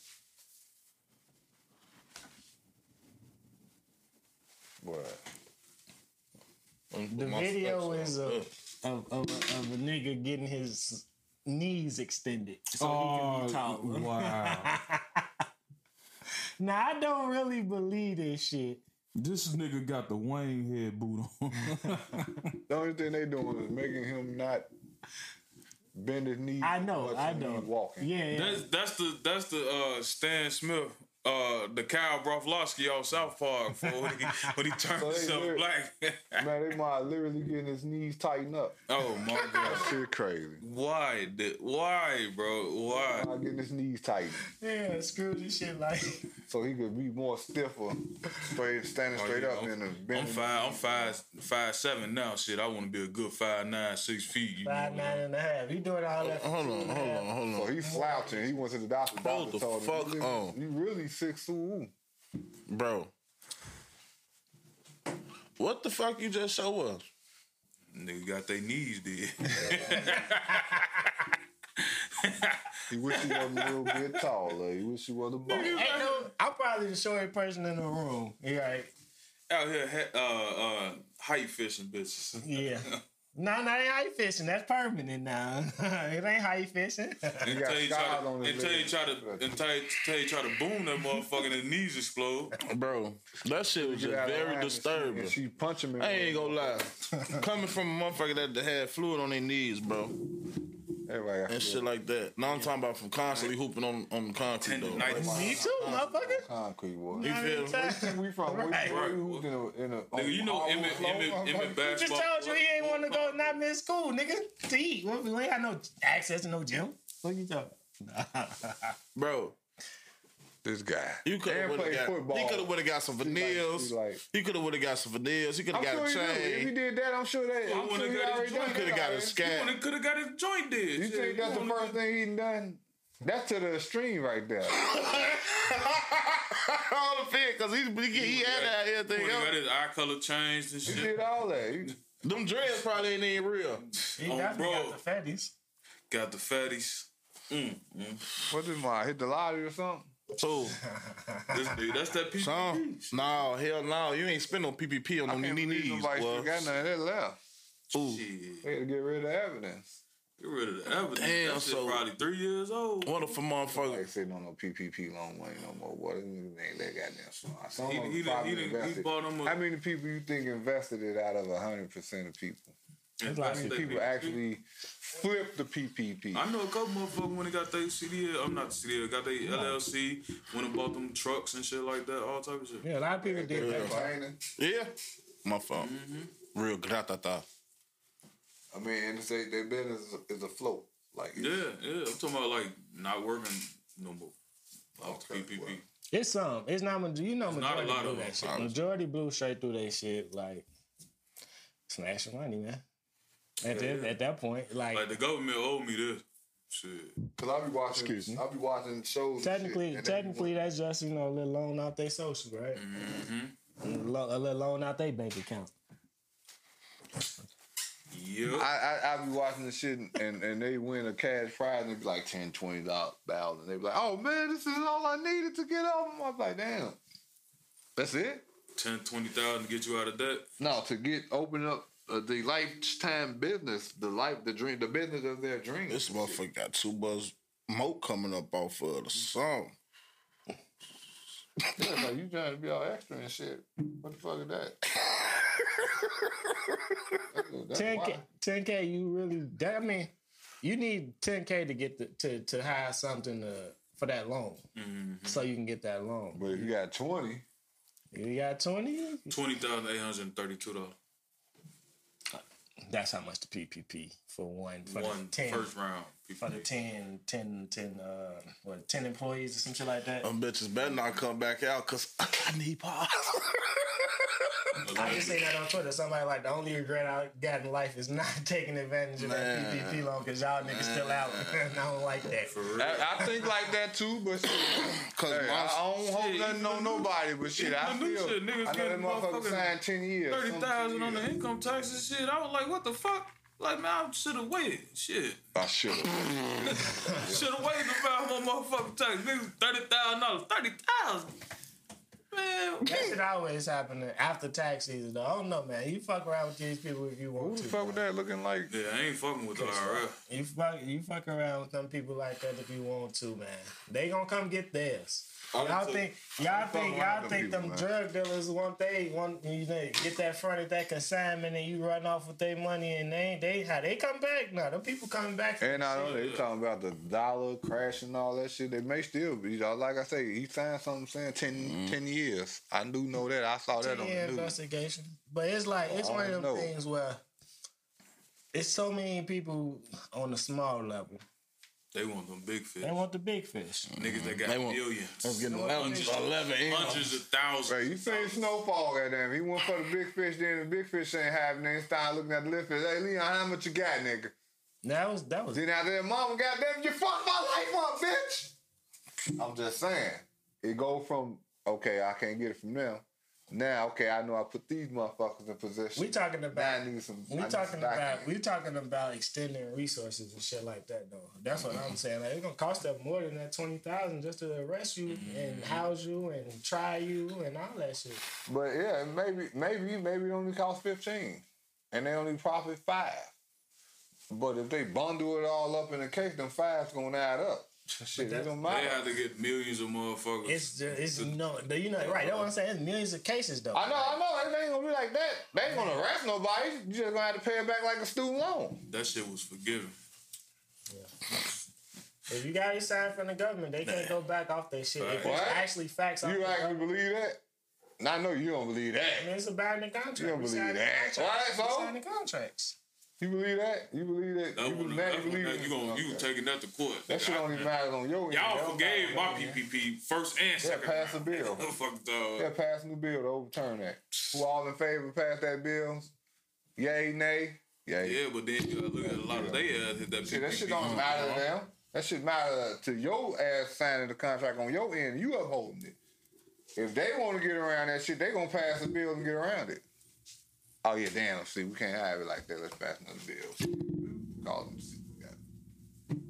The My video flex on. is of, of, of, a, of a nigga getting his knees extended so he Oh. can be taller. wow. Now I don't really believe this shit. this nigga got the Wayne head boot on. The only thing they doing is making him not bend his knees. I as know, much I as he know. Walking. Yeah, yeah. that's that's the that's the uh, Stan Smith. Uh, the Kyle Broflovski off South Park for when he, when he turned So they himself good. black. Man, they might literally getting his knees tightened up. oh my god! Shit, crazy. Why? did- Why, bro? Why? Not getting his knees tightened yeah, screw this shit like so he could be more stiffer, straight standing Oh, straight yeah, up I'm- in the I'm bending. five. I'm five five seven now. Shit, I want to be a good five nine six feet. You five know? nine and a half. He doing all that. Hold on, hold on, hold on. So he's slouching. He went to the doctor. Hold doctor the told him, fuck you really, on. You really six two. Bro. What the fuck you just show us? Nigga got their knees did. He wish he wasn't a little bit taller. He wish he was a bone. Ain't no, I'm probably the shortest person in the room. You right? Out here, he- uh, uh, height fishing bitches. Yeah. No, no, it ain't how you fishing. That's permanent now. it ain't how you fishing. And got tell you try scars to, on his and tell you legs. try to, and tell you, tell you try to boom that motherfucker and his knees explode. Bro, that shit was just Got a line very and she- disturbing. And she punch him. In I ain't gonna lie. Coming from a motherfucker that had fluid on their knees, bro, Everybody got and shit like that. Now I'm talking about from constantly hooping on, on the concrete, though. Tendonitis. Like, Me too, motherfucker. concrete boy. You How many feel me? times? We from we, Right. we hooped in a, in a Nigga, you know on- Emmett, on- Emmett, on- Emmett Just on- basketball. told you he ain't want to go not miss school, nigga. To eat. We we ain't got no access to no gym. What you talking? bro, This guy. you could have And would play have got, football. he could have would have got some veneers. she like- he could have would have got some veneers. He could I'm have got sure a he do. If he chain. did that, I'm sure that. I'm wouldn't have sure he got his already joint. done He could have got a that. scat. Could have got his joint did. You Shit, think that's the wanna- first thing he done? That's to the extreme right there. All the fit, cause he he, he, had that everything wanna got else. his eye color changed and He shit. did all that. He- Them dreads probably ain't even real. He Oh, definitely bro. got the fatties. Got the fatties. Mm. What did my hit the uh, lottery or something? So, This dude, that's that piece. some, no, hell no, you ain't spend no PPP on them knee knees. Nobody boy. still got none of that left. Ooh. Shit. They had to get rid of the evidence. Get rid of the evidence. Damn, that shit so- probably three years old. What if a motherfucker? Like sitting on no PPP loan money no more, boy. Them niggas ain't that goddamn smart. Some He- of them he done- probably he done- he invested- bought them a- How many people you think invested it out of hundred percent of people? And like that's How that many PPP. people actually flipped the PPP? I know a couple motherfuckers when they got their CDL, I'm not CDL, got their LLC, went and bought them trucks and shit like that, all type of shit. Yeah, a lot of people did that. part. Complaining. Yeah, my fault. Mm-hmm. Real gratata. I mean, and they their business is- is afloat. Like it's- Yeah, yeah. I'm talking about like not working no more. Off the Okay, PPP. well. It's some. It's not. ma- You know, not a majority lot blew of that them. shit. Majority blew straight through that shit. Like, smash your money, man. At, that, at that point, like, Like the government owed me this. Shit. Cause I'll be watching. Excuse me. I'll be watching shows. and technically, shit, and then- technically, that's just you know a little loan out their social, right? Mm-hmm. Lo- A little loan out their bank account. Yeah. I, I I be watching the shit and, and, and they win a cash prize and they be like ten twenty dollars and they be like, oh man, this is all I needed to get off. I'm like, damn, that's it. Ten, twenty thousand to get you out of debt. No, to get open up uh, the lifetime business, the life, the dream, the business of their dream. This motherfucker got two buzz moat coming up off Mm-hmm. of the song. Yeah, like you trying to be all extra and shit. What the fuck is that? That's- that's Ten k, why. ten k. You really? That, I mean, you need ten k to get the, to to hire something to, for that loan, so you can get that loan. But if you got twenty, You got twenty. Twenty thousand eight hundred and thirty two dollars. That's how much the PPP for one for One the ten first round. for the 10, 10, 10, uh, what, 10 employees or some shit like that. Them bitches better not come back out because I need pause. I just seen that on Twitter. Somebody like the only regret I got in life is not taking advantage of Man. that PPP loan because y'all niggas still out. and I don't like that. I, I think like that too. But shit, Cause Hey, I my, don't hope Shit, nothing on nobody, but shit, I even the new feel. shit, niggas I know that getting motherfucker motherfucking signed ten years. Thirty thousand on the income tax and shit. I was like, what the fuck? Like man, I should have waited. Shit. I should have. Should have waited to file my motherfucking tax. Niggas thirty thousand dollars. Thirty thousand. Man, That shit always happen after tax season. Though. I don't know, man. You fuck around with these people if you want Who the to. fuck with bro. that looking like? yeah, I ain't fucking with the IRS. You fuck, you fuck around with them people like that if you want to, man. They gonna come get theirs. Y'all think y'all fuck think around y'all with them think people, them man. drug dealers want they want you know, get that front of that consignment and you run off with their money and they ain't they how they come back now. Them people coming back. for And I know they Yeah. talking about the dollar crash and all that shit. They may still be. Y'all. Like I say, he signed something saying 10, Mm-hmm. 10 years. I do know that. I saw that on Yeah, the news. investigation. But it's like it's I one of don't them know. things where it's so many people on a small level. They want them big fish. They want the big fish. Niggas that got They want- I'm millions. getting 11, 11 inches. Hundreds of thousands. Hey, you seen Snowfall, goddamn. He went for the big fish, then the big fish ain't having it. He started looking at the little fish. Hey, Leon, how much you got, nigga? That was that was Then out there, mama, goddamn, you fucked my life up, bitch. I'm just saying. It go from, okay, I can't get it from them. Now, okay, I know I put these motherfuckers in position. we talking Now about I need some. We I need talking some about backhand. we talking about extending resources and shit like that though. That's what Mm-hmm. I'm saying. Like, it's gonna cost them more than that twenty thousand just to arrest you and Mm-hmm. house you and try you and all that shit. But yeah, maybe, maybe, maybe it only costs 15 and they only profit five. But if they bundle it all up in a case, them five's gonna add up. Shit, it that- don't They matter. have to get millions of motherfuckers. It's ju- it's no, but you know right. That's what I'm saying. It's millions of cases though. I know, I know. It ain't gonna be like that. They ain't gonna arrest nobody. You just gonna have to pay it back like a student loan. that shit was forgiven. If you got it signed from the government, they can't go back off that shit. If What? it's actually facts, off You the actually government, believe that? And I know you don't believe that. it's a binding contract. You don't We believe signed the that. contracts. Alright, so? we signed the contracts. You believe that? You believe that? That you was, believe that that? You was- believe you gonna you taking that to court. That shit don't even matter on your end. That Y'all don't forgave matter my on your end. PPP first and Yeah, second. pass the round. bill. Fuck dog. Yeah, pass a new bill to overturn that. Who all in favor pass that bill? Yay, nay? Yay. Yeah, but then you gotta look at a lot of they ass hit that See, shit. that shit don't matter to them. That shit matter to your ass signing the contract on your end. You upholding it. If they want to get around that shit, they gonna pass a bill and get around it. Oh yeah, damn. See, we can't have it like that. Let's pass another bill. Call them. See, we got.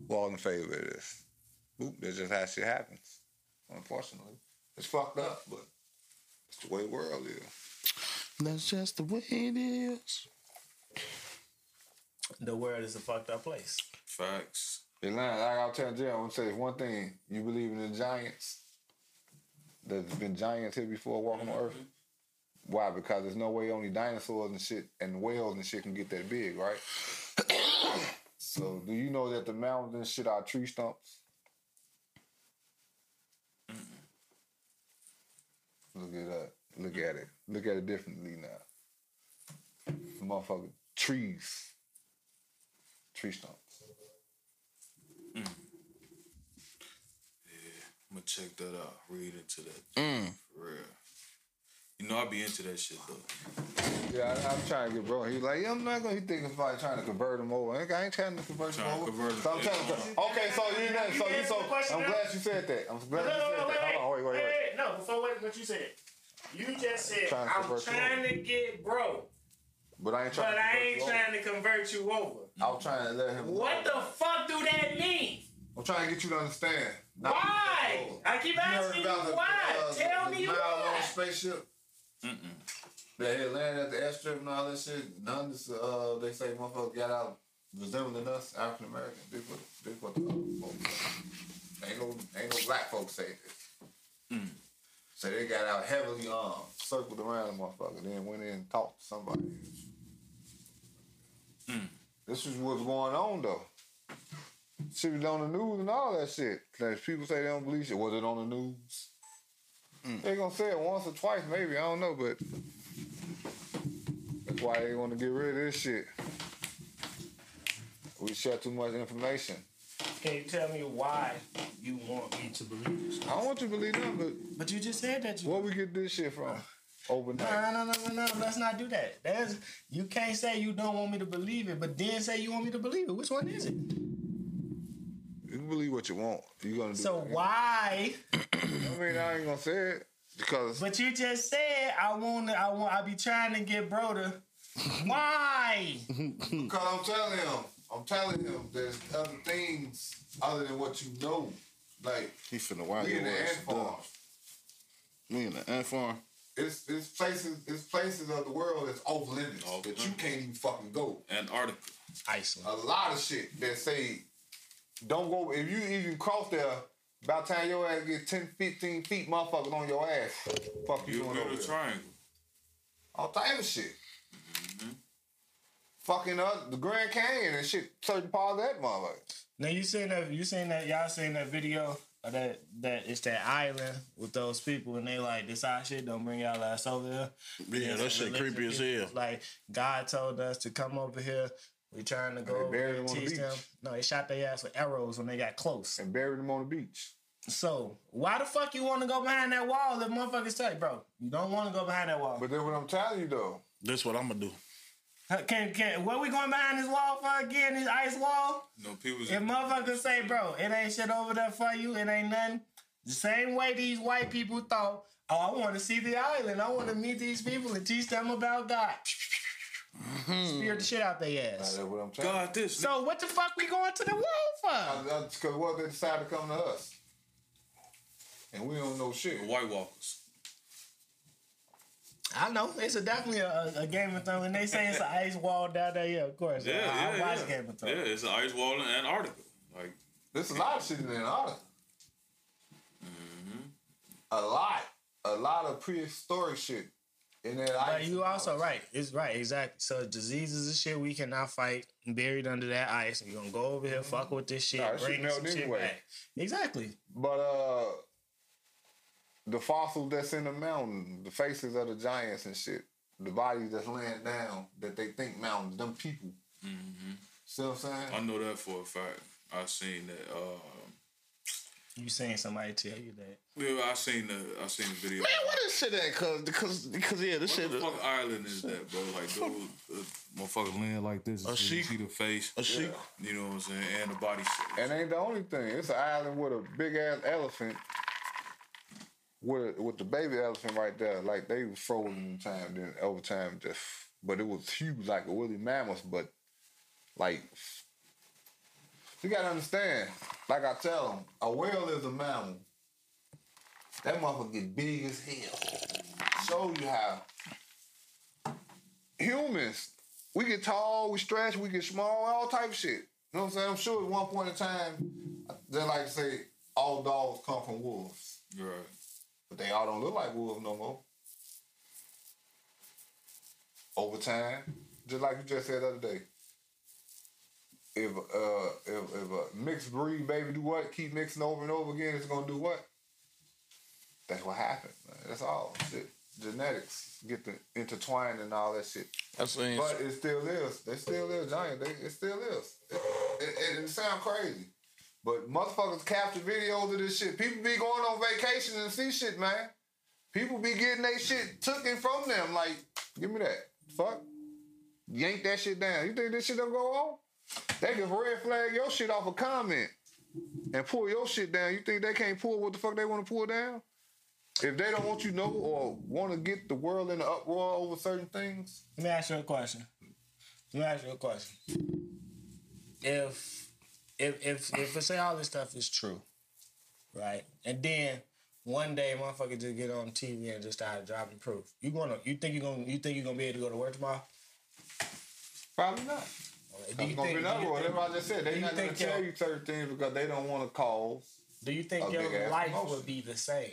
Who all in favor of this? Boop. That's just how shit happens. Unfortunately, it's fucked up, but it's the way the world is. That's just the way it is. The world is a fucked up place. Facts. They lying. Like I was telling Jay, I want to say one thing. You believe in the giants? There's been giants here before walking on Earth. Why? Because there's no way only dinosaurs and shit and whales and shit can get that big, right? so do you know that the mountains and shit are tree stumps? Look at that. Look at it. Look at it differently now. Motherfucker, trees, tree stumps. I'm gonna check that out. Read into that. Mm. For real. You know I be into that shit though. Yeah, I, I'm trying to get bro. He's like, yeah, I'm not gonna. He thinking about trying to convert him over. Like, I ain't trying to convert him Trying to over. convert him. so I'm trying to. Okay, so you didn't. So you answered so. the question I'm now? glad you said that. I'm glad No, no, you said no, wait, that. wait, Hold on, wait, wait, wait. wait. No, before what, what you said. You just said, Trying to I'm convert you trying to get broke, But I ain't trying. but to I convert ain't you trying to convert you over. Over. I was trying to let him. What the fuck do that mean? I'm trying to get you to understand. Not to Why? convert you over. I keep asking You you heard about the, why. uh, Tell the me mile-long why. spaceship. Mm-mm. They had landed at the airstrip and all that shit. None of this, uh, they say motherfuckers got out resembling us, African American. This what, this what the other folks say. Ain't no, ain't no black folks say this. Mm. So they got out heavily armed, circled around the motherfucker, then went in and talked to somebody. Mm. This is what's going on though. Shit was on the news and all that shit. Like, people say they don't believe shit. Was it on the news? They gonna say it once or twice, maybe. I don't know, but that's why they want to get rid of this shit. We share too much information. Can you tell me why you want me to believe this? I don't want you to believe nothing, But you just said that but where we get this shit from? Overnight. No, no, no, no, no, no. Let's not do that. That's you can't say you don't want me to believe it, but then say you want me to believe it. Which one is it? You can believe what you want. You gonna do So it. why? I mean, I ain't gonna say it because But you just said I want. to I want. I be trying to get bro to. Why? because I'm telling him, I'm telling him, there's other things other than what you know. Like He finna wild we your in the ass ant farm. up. We in the ant farm. It's it's places it's places of the world that's off limits Off that you limits. can't even fucking go. Antarctica. Iceland. a lot of shit that say don't go if you even cross there by the time your ass get 10, 15 feet motherfuckers on your ass. Fuck you You doing over build a there. triangle. All type of shit. Mm-hmm. Fucking uh, the Grand Canyon and shit, certain part of that motherfucker. Now you seen that? You seen that? Y'all seen that video? Of that that it's that island with those people and they like this our shit don't bring y'all ass over there. Yeah, that shit creepy as hell. Like God told us to come over here. We trying to go they over buried there and them on the teach them. beach. No, they shot their ass with arrows when they got close. And buried them on the beach. So why the fuck you want to go behind that wall if motherfuckers tell you, bro, you don't want to go behind that wall. But then what I'm telling you though, That's what I'm gonna do. Huh, can can what we going behind this wall for again? This ice wall? No people's If motherfuckers say, bro, it ain't shit over there for you, it ain't nothing. The same way these white people thought, oh, I want to see the island, I want to meet these people and teach them about God. Spear the shit out their that's ass. what I'm telling you. God this nigga. So what the fuck we going to the wall for? Because what if they decide to come to us? And we don't know shit. The White Walkers. I know it's a, definitely a, a- a Game of Thrones, and they say it's an ice wall down there. Yeah, of course. Yeah, I, yeah, I watch yeah. Game of Yeah, Thrones. it's an ice wall in Antarctica. Like There's a lot of shit in Antarctica. Mm-hmm. A lot, a lot of prehistoric shit in that But ice. you also right. It's right, exactly. So diseases and shit we cannot fight buried under that ice. You're gonna go over here, fuck with this shit, Nah, that shit bring melt some shit anyway. back. Exactly. But uh, the fossils that's in the mountain, the faces of the giants and shit, the bodies that's laying down that they think mountains, them people. See what I'm saying? I know that for a fact. I seen that. Um, You seen somebody tell you that. yeah, I seen the I seen the video. Man, what is shit that? Cause, cause, cause yeah, this What shit. the fuck island is that, bro? Like, dude, uh, motherfucker land like this. A so you sheep. see the face. A sheep. You know what I'm saying? And the body shape. And ain't the only thing. It's an island with a big ass elephant. With with the baby elephant right there, like they was frozen in time, then over time just, but it was huge like a woolly mammoth, but like you gotta understand, like I tell them, a whale is a mammal. That motherfucker get big as hell. Show you how humans. We get tall, we stretch, we get small, all type of shit. You know what I'm saying? I'm sure at one point in time, they like to say all dogs come from wolves, Right. but they all don't look like wolves no more. Over time, just like you just said the other day, if uh if, if a mixed breed baby do what, keep mixing over and over again, it's gonna do what? That's what happened. man. That's all. Shit. Genetics get the intertwined and all that shit. I seen But it still is. They still is giant. They, it still is. It, it, it, sound crazy, but motherfuckers capture videos of this shit. People be going on vacation and see shit, man. People be getting their shit taken from them. Like, give me that. Fuck. Yank that shit down. You think this shit don't go on? They can red flag your shit off a comment and pull your shit down. You think they can't pull what the fuck they want to pull down? If they don't want you to know or want to get the world in the uproar over certain things, Let me ask you a question. Let me ask you a question. If if if if we say all this stuff is true, right? And then one day motherfucker just get on TV and just start dropping proof. You gonna you think you gonna you think you gonna be able to go to work tomorrow? Probably not. Do It's you gonna think, be do another you one. That's think, what I just said. do They're you not gonna think tell your- you certain things because they don't want to call. do you think a big your ass life promotion? would be the same?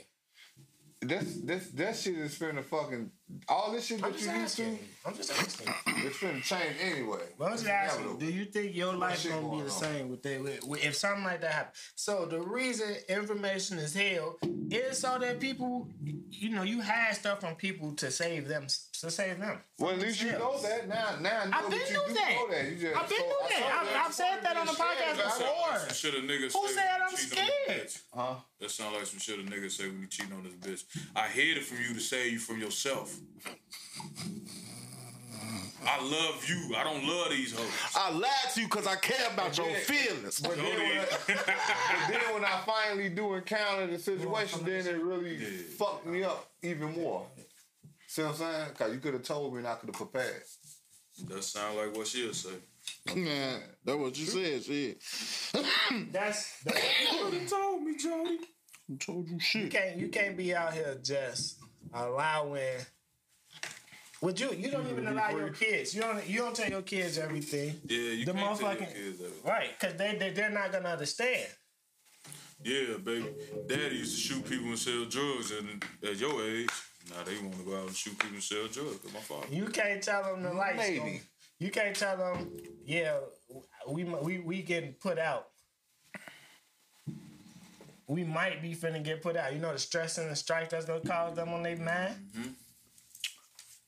This, this, that shit is finna fucking all this shit I'm that just you used to. asking. I'm just asking. It's finna change anyway. Well, I'm just It's asking, inevitable. do you think your life shit gonna be going the on? same with, that, with, with if something like that happens? So the reason information is held is so that people, you know, you hide stuff from people to save them, to save them. Well, at least you Yeah. know that now. Now I know I've been that you through do that. know that. You just, I've been so- through I that. saw I've- I've said that on the Shit, podcast man. before. Or- Some shit a nigga Who say said when I'm you cheat on this scared? bitch. Huh? That sound like some shit a nigga say when you cheating on this bitch. I hid it from you to save you from yourself. I love you. I don't love these hoes. I lied to you because I care about your Yeah. feelings. But then, when I, but then when I finally do encounter the situation, then it really fucked me up even more. See what I'm saying? Because you could have told me and I could have prepared. That sound like what she'll say. Yeah, that's what you said. Shit, That's that, told me, Jody. I told you you shit. can't you can't be out here just allowing. Would you? You don't even allow your kids. You don't. You don't tell your kids everything, Yeah, you The can't tell your motherfucking- kids that. right? Because they, they they're not gonna understand. Yeah, baby. Daddy used to shoot people and sell drugs and at your age. Now they want to go out and shoot people and sell drugs. But my father. You can't tell them the lights. Maybe. gonna- You can't tell them, yeah, we mi- we we getting put out. We might be finna get put out. You know the stress and the strife that's gonna cause them on their mind.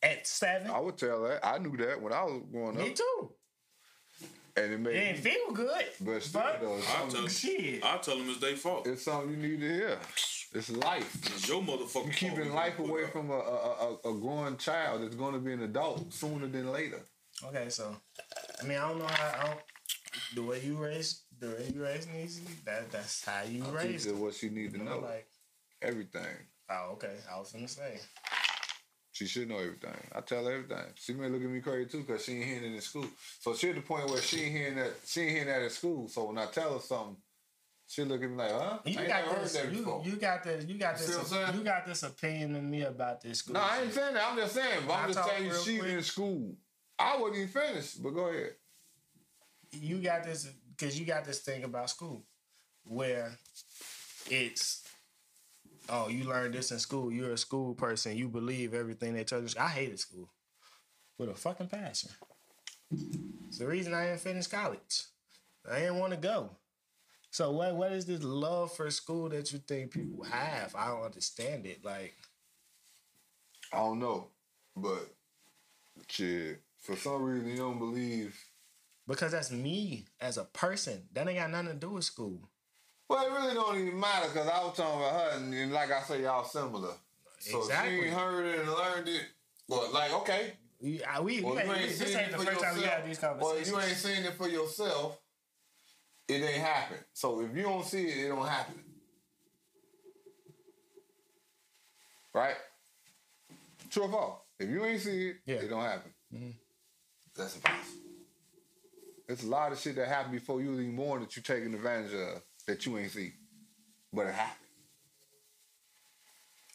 At seven, Mm-hmm. I would tell that. I knew that when I was growing up. me too. And it made It didn't me- feel good, But but, still, though, it's I tell, something, shit. I tell them it's their fault. it's something you need to hear. It's life. It's your motherfucking fault. You keeping life away from a, a, a, a growing child that's going to be an adult sooner than later. okay, so I mean I don't know how I don't, the way you raise the way you raise nieces. That that's how you Teach raise. her them. what she need to know. Like Everything. oh okay, I was finna say. She should know everything. I tell her everything. She may look at me crazy too because she ain't hearing it in school. So she at the point where she ain't hearing that she ain't hearing that at school. So when I tell her something, she look at me like, huh? You I ain't got never this. heard that You, before. you got this. You got See what this. I'm saying? You got this opinion of me about this school. no, I shit. ain't saying that. I'm just saying. But I I'm just talk telling you, real she quick. in school. I wasn't even finished, but go ahead. You got this because you got this thing about school where it's oh you learned this in school. You're a school person. You believe everything they tell you. I hated school with a fucking passion. It's the reason I didn't finish college. I didn't want to go. So what what is this love for school that you think people have? I don't understand it. Like I don't know, but shit, for some reason you don't believe. Because that's me as a person. That ain't got nothing to do with school. Well, it really don't even matter because I was talking about her, and, and like I say, y'all similar. So she Exactly. ain't heard it and learned it. Well, like okay, We, I, we, well we- you this ain't seen ain't it the for first time we had these yourself. Well, conversations. you ain't seen it for yourself. It ain't happen. So if you don't see it, it don't happen. Right? True or false? If you ain't see it, Yeah. Mm-hmm. it don't happen. That's impossible. There's a lot of shit that happened before you was even born that you taking advantage of that you ain't see. But it happened.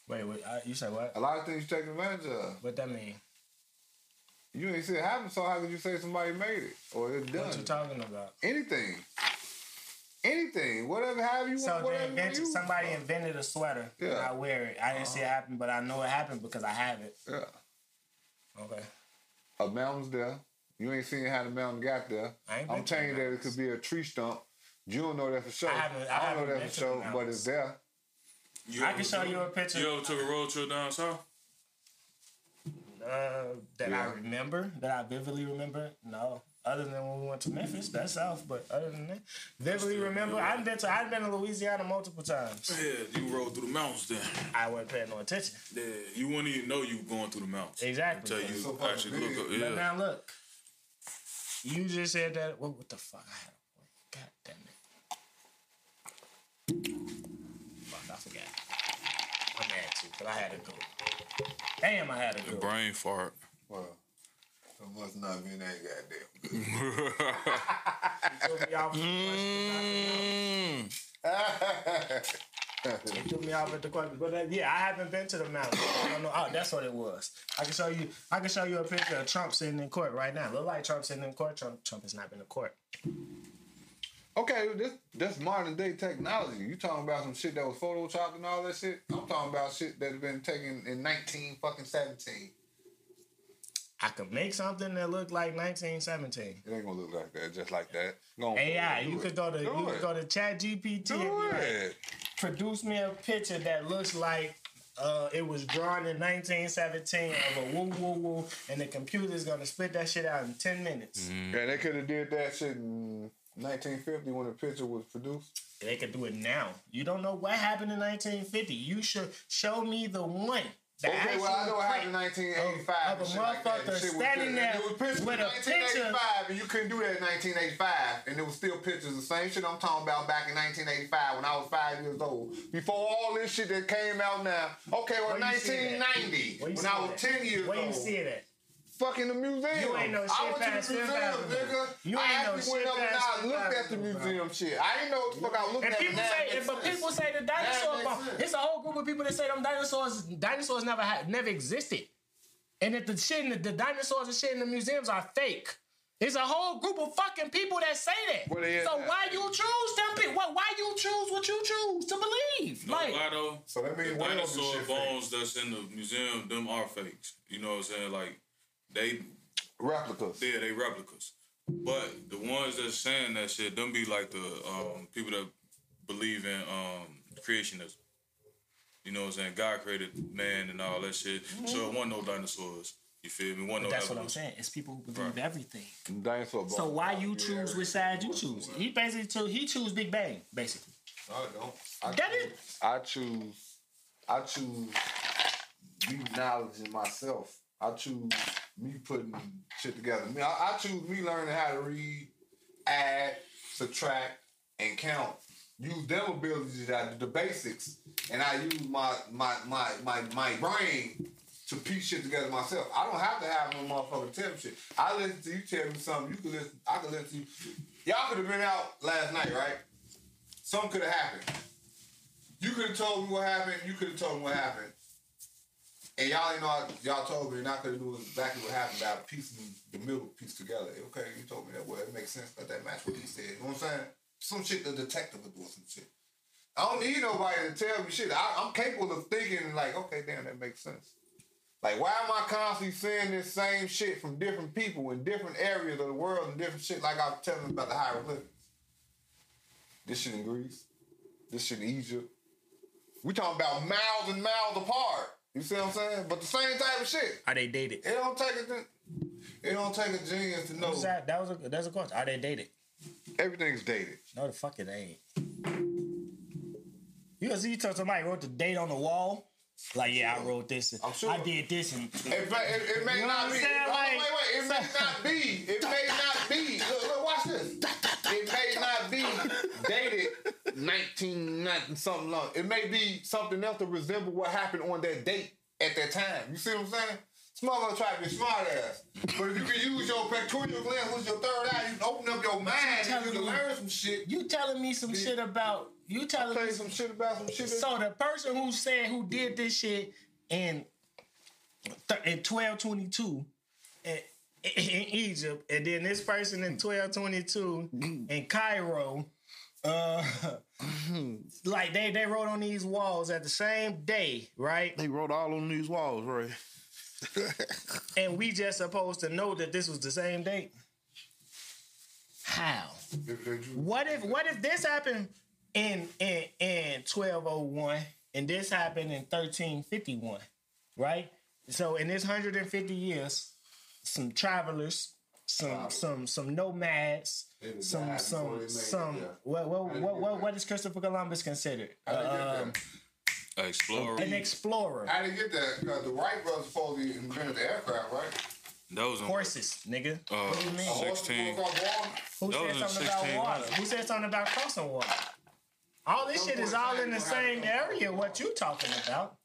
Wait, wait. I, you say what? A lot of things you take advantage of. What that mean? You ain't seen it happen, so how could you say somebody made it or it's done? What you talking about? Anything, anything, whatever, however you So want, they whatever you invented, use. somebody invented a sweater. And Yeah. Uh-huh. I wear it. I didn't see it happen, but I know it happened because I have it. Yeah, Okay. a mountain's there. You ain't seen how the mountain got there. I ain't I'm been to the telling you that it could be a tree stump. You don't know that for sure. I haven't- I don't haven't know that been for to the sure, but mountains. it's there. You I ever can show took- you a picture. You ever took a road trip down south? Uh, that Yeah. I remember, that I vividly remember. No, other than when we went to Memphis, that's south. But other than that, vividly remember. I've been to I've been to Louisiana multiple times. Yeah, you rode through the mountains then. I wasn't paying no attention. Yeah, you wouldn't even know you were going through the mountains. Exactly. Until you So fucking actually look up. big. But Yeah. now look, you just said that. What, what the fuck? I had a point. God damn it. Fuck, I forgot. I'm mad too, but I had to do it. Damn, I had to do it. Brain fart. Well, it must not be that It goddamn. threw me off with the Mm. question. It threw me off with the question. But uh, yeah, I haven't been to the mountain. I don't know. Oh, that's what it was. I can show you. I can show you a picture of Trump sitting in court right now. Look like Trump sitting in court. Trump Trump has not been to court. Okay, this that's modern day technology. You talking about some shit that was photoshopped and all that shit? I'm talking about shit that's been taken in nineteen fucking seventeen. I could make something that looked like 1917. It ain't gonna look like that, just like that. Gonna AI, do you it. could go to Do you it. could go to Chat GPT and be Do like, it. produce me a picture that looks like uh, it was drawn in 1917 of a woo woo woo, and the computer's gonna spit that shit out in 10 minutes. And they could have did that shit in 1950 when the picture was produced. They could do it now. You don't know what happened in 1950. You should show me the one. The Okay, well I actual know what happened in print. 1985. Of- of a and shit like that. motherfucker Shit was standing good. there And it was pictures with in a picture. 1985, and you couldn't do that in 1985, and it was still pictures. The same shit I'm talking about back in 1985 when I was five years old. Before all this shit that came out now. Okay, well Where you see that? 1990 Where you when see I was that? 10 years Where old. you see it at? fucking the museum. You ain't no shit I went past to the Fifth museum, Avenue. nigga. You I ain't no actually went shit up and past I Fifth looked at the Avenue, bro. museum shit. I didn't know what the fuck I looked And at. people now it say, makes but sense. people say the Now dinosaur it bone. makes sense. It's a whole group of people that say them dinosaurs, dinosaurs never had, never existed, and that the shit, in the, the dinosaurs and shit in the museums are fake. It's a whole group of fucking people that say that. Where they at so now? why you choose them people? Why, why you choose what you choose to believe? No, like, why though? So that means the one of them dinosaur shit bones that's in the museum, them are fakes. You know what I'm saying? Like they, replicas. yeah, they replicas. But the ones that's saying that shit, them be like the um, people that believe in um, creationism. You know what I'm saying? God created man and all that shit. So it wasn't no dinosaurs. You feel me? Wasn't no that's what I'm evolution. saying. It's people who believe everything. Dinosaur bones. So why you choose which side you choose? He basically choose, he choose Big Bang, basically. No, I don't. I That choose, I choose. I choose me knowledging myself. I choose me putting shit together. Me, I, I choose me learning how to read, add, subtract, and count. Use them abilities that I do, the basics, and I use my my my my my brain to piece shit together myself. I don't have to have no motherfucker tell me shit. I listen to you tell me something. You could listen. I could listen to you. Y'all could have been out last night, right? Something could have happened. You could have told me what happened. You could have told me what happened. And y'all ain't know how- y'all told me, and I could have knew exactly what happened by piecing the middle piece together. Okay, you told me that. Well, it makes sense. Let that match what he said. You know what I'm saying? Some shit the detective would do or some shit. I don't need nobody to tell me shit. I, I'm capable of thinking like, okay, damn, that makes sense. Like, why am I constantly seeing this same shit from different people in different areas of the world and different shit? Like I was telling about the hieroglyphics. This shit in Greece. This shit in Egypt. We talking about miles and miles apart. You see what I'm saying? But the same type of shit. Are they dated? It don't take a gen- it don't take a genius to know Who's That, that was a, that's a question. Are they dated? everything's dated. No, the fuck it ain't. You gonna see you told somebody wrote the date on the wall? Like, yeah, I wrote this. And I'm sure. I did this. And It, may- it, it may You know what not I'm be. saying? oh, Like- wait, wait. It may not be. It may not be. Look, look, watch this. It may not be dated 19 nothing something long. It may be something else to resemble what happened on that date at that time. You see what I'm saying? This motherfucker try to be smart ass. But if you can use your pectoral gland, which is your third eye, you can open up your mind tell and you can me- learn some shit. You telling me some shit about you telling Play me some shit about some shit. so the person who said who did this shit in th- in twelve twenty two in, in Egypt, and then this person in twelve twenty two in Cairo, uh, like they they wrote on these walls at the same day, right? They wrote all on these walls, right? And we just supposed to know that this was the same date. How? What if what if this happened in in in twelve oh one and this happened in thirteen fifty one, right? So in this hundred and fifty years, some travelers, some some some nomads, They was some dying before some they made it, some yeah. what what didn't what get what, that. what is Christopher Columbus considered? I didn't get Uh, that. Explorer. an explorer. I didn't get that because the Wright brothers supposedly invented the aircraft, right? That was in Horses, nigga. Uh, what do you mean? A horse 16. can go across Who water. That said was in something about 16, water? wasn't Who said something about crossing water? All this shit is all in the same area. What you talking about?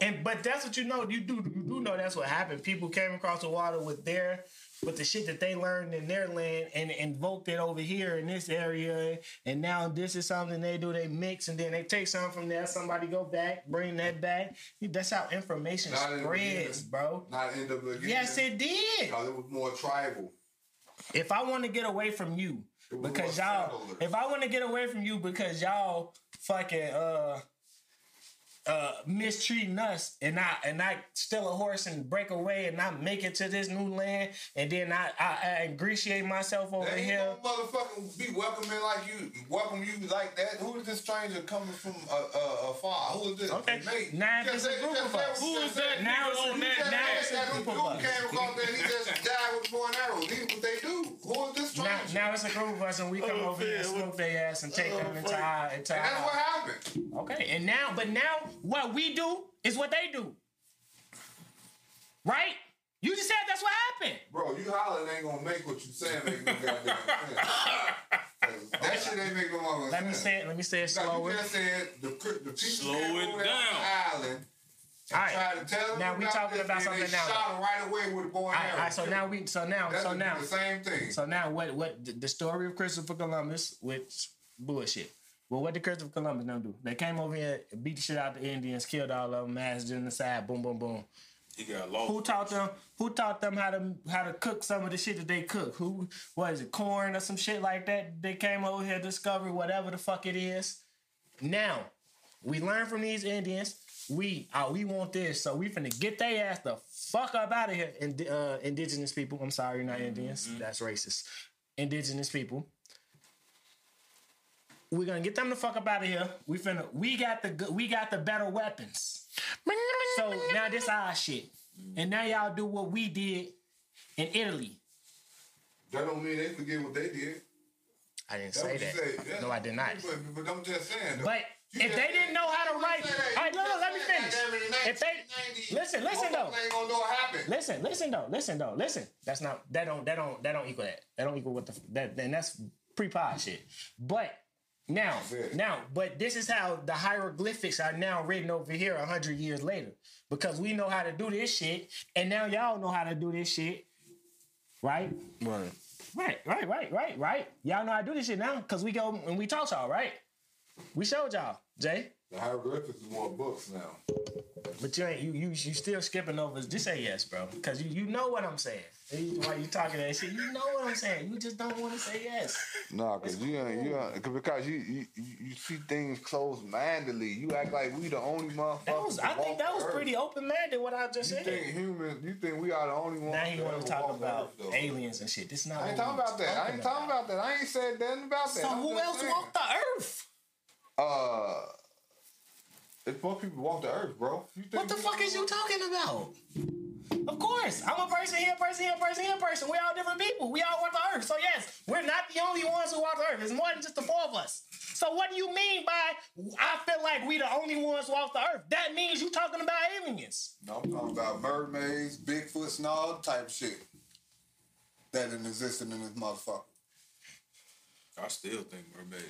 And but that's what you know. You do you do know that's what happened. People came across the water with their with the shit that they learned in their land and invoked it over here in this area. And now this is something they do. They mix and then they take something from there. Somebody go back, bring that back. That's how information Not in the spreads, beginning. bro. Not end up again. Yes, it did. Because it was more tribal. If I want to get away from you It was because more y'all, settlers. if I want to get away from you because y'all fucking uh uh mistreating us and I and I steal a horse and break away and I make it to this new land and then I I, I ingratiate myself over They ain't here. no motherfucking be welcoming like you, welcome you like that. Who is this stranger coming from uh, uh, afar? Who is this? Okay. Mate. Now You it's just a say- group you of just us. say- Who you is just say- Now it's you a just now, say now it's that a group dude of us. came across there and he just died with bow and arrows. This is what they do. Who is this stranger? Now, now it's a group of us and we come Oh, over here and smoke their ass and take them into our into and Oh, that's our what happened. Okay, and now, but now what we do is what they do. Right? You just said that's what happened. Bro, you hollering ain't gonna make what you saying make no goddamn sense. 'Cause That shit ain't make no motherfucking Let me sense. say it, let me say it Like you slower. just said, the, cr- the people Slow that it moved down. out on the island All right. tried to tell them Now we about talking this, about and something they now. Shot him right away with a boy. All right, all right, so now we so now That's so the- now the same thing. so now what what the- the story of Christopher Columbus, which bullshit. Well, what did Christopher Columbus them do? They came over here, beat the shit out the Indians, killed all of them, mass genocide, boom, boom, boom. He got lost. Who taught them? Who taught them how to how to cook some of the shit that they cook? Who was it? Corn or some shit like that? They came over here, discovered whatever the fuck it is. Now we learn from these Indians. We oh, we want this, so we finna get they ass the fuck up out of here. And uh, indigenous people, I'm sorry, you're not Indians. That's racist. Indigenous people. We're gonna get them the fuck up out of here. We finna. We got the good. We got the better weapons. So now this our shit. And now y'all do what we did in Italy. That don't mean they forget what they did. I didn't That's say what you that. said. Yeah. No, I did not. But, but I'm just saying. though. But You if just they said- didn't know how to you write, just said that. all right, You no, no, just let me said that finish. every If they 1990s, listen, listen though, motherfuckers ain't gonna know what happened. listen, listen though, listen though, listen. That's not that don't that don't that don't equal that. That don't equal what the that then that's pre-pod shit. But now, it. now, but this is how the hieroglyphics are now written over here a hundred years later because we know how to do this shit, and now y'all know how to do this shit, right? Right. Right, right, right, right, right. Y'all know I do this shit now because we go and we taught y'all, right? We showed y'all, Jay. The hieroglyphics is more books now. But you ain't you you you still skipping over. Just say yes, bro, because you you know what I'm saying. Why you talking that shit? You know what I'm saying. You just don't want to say yes. Nah, cause you ain't you ain't, cause because you you, you you see things closed mindedly. You act like we the only motherfuckers. That was I to think walk that the was earth. pretty open minded what I just You think said. humans? You think we are the only ones? Now he that want ever to talk walked the about earth, though? aliens and shit. This not. I ain't what talking we about that. I ain't talking about that. I ain't said nothing about that. So I'm who just else saying. walked the earth? Uh, it's more people walk the earth, bro. You think What the we- fuck is you talking about? Of course, I'm a person here, person here, person here, person. We're all different people. We all walk the earth. So yes, we're not the only ones who walk the earth. It's more than just the four of us. So what do you mean by I feel like we the only ones who walk the earth? That means you talking about aliens. No, I'm talking about mermaids, Bigfoots, and all type of shit that didn't exist in this motherfucker. I still think mermaid.